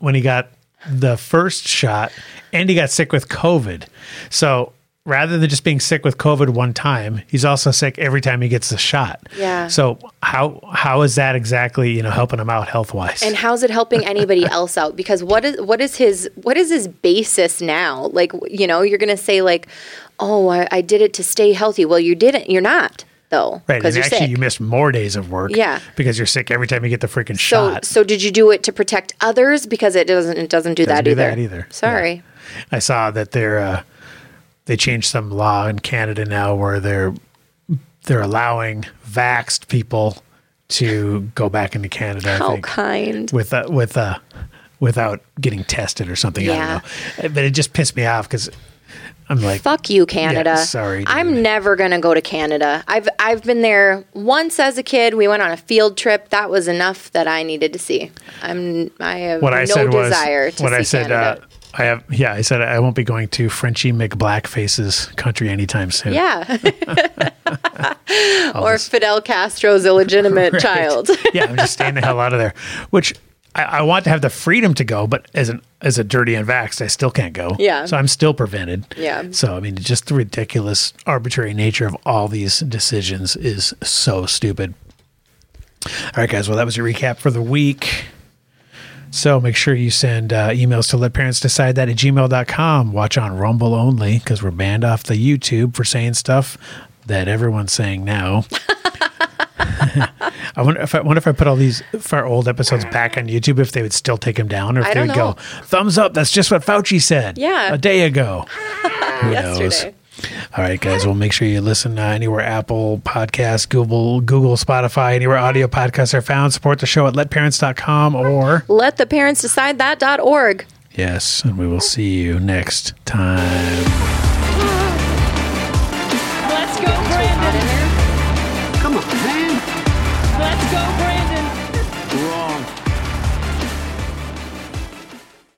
S1: when he got the first shot and he got sick with COVID. So rather than just being sick with COVID one time, he's also sick every time he gets the shot.
S2: Yeah.
S1: So how how is that exactly, you know, helping him out health wise?
S2: And how's it helping anybody else out? Because what is what is his what is his basis now? Like you know, you're gonna say like, oh, I, I did it to stay healthy. Well, you didn't. You're not though,
S1: right. And
S2: you're
S1: actually
S2: sick.
S1: you missed more days of work.
S2: Yeah.
S1: Because you're sick every time you get the freaking
S2: so
S1: shot.
S2: so did you do it to protect others? Because it doesn't it doesn't do that
S1: do
S2: either.
S1: that either.
S2: Sorry.
S1: I saw that they're uh, they changed some law in Canada now where they're they're allowing vaxxed people to go back into Canada. I
S2: How
S1: think,
S2: kind.
S1: with uh, with uh, without getting tested or something.
S2: Yeah.
S1: I don't know, but it just pissed me off because I'm like,
S2: Fuck you, Canada.
S1: sorry, dude.
S2: I'm never gonna go to Canada. I've I've been there once as a kid. We went on a field trip. That was enough that I needed to see. I'm I have
S1: what
S2: no
S1: I said was
S2: desire to
S1: what
S2: see
S1: I said.
S2: Canada.
S1: Uh, I have yeah. I said I won't be going to Frenchie McBlackface's country anytime soon.
S2: yeah.
S1: uh,
S2: <laughs>
S1: I'll
S2: or
S1: just-
S2: Fidel Castro's
S1: <laughs>
S2: illegitimate child.
S1: yeah, I'm just staying the hell out of there. Which I, I want to have the freedom to go, but as an as a dirty and vaxxed, I still can't go.
S2: Yeah.
S1: So I'm still prevented.
S2: Yeah.
S1: So I mean just the ridiculous arbitrary nature of all these decisions is so stupid. All right, guys. Well, that was your recap for the week. So make sure you send uh, emails to let parents decide that at gmail.com. Watch on Rumble only because we're banned off the YouTube for saying stuff that everyone's saying now. <laughs> I wonder if I wonder if I put all these for our old episodes back on YouTube if they would still take them down or if
S2: I
S1: they
S2: don't
S1: would
S2: know.
S1: go thumbs up. That's just what Fauci said.
S2: Yeah.
S1: a day
S2: <laughs>
S1: ago. Who knows?
S2: Yesterday.
S1: All right, guys. Well, make sure you listen uh, anywhere Apple Podcasts, Google, Google, Spotify, anywhere audio podcasts are found. Support the show at letparents.com or
S2: Let the parents decide that.org.
S1: yes, and we will see you next time.
S5: Let's go, Brandon.
S3: Come on, man.
S5: Let's go, Brandon.
S3: Wrong.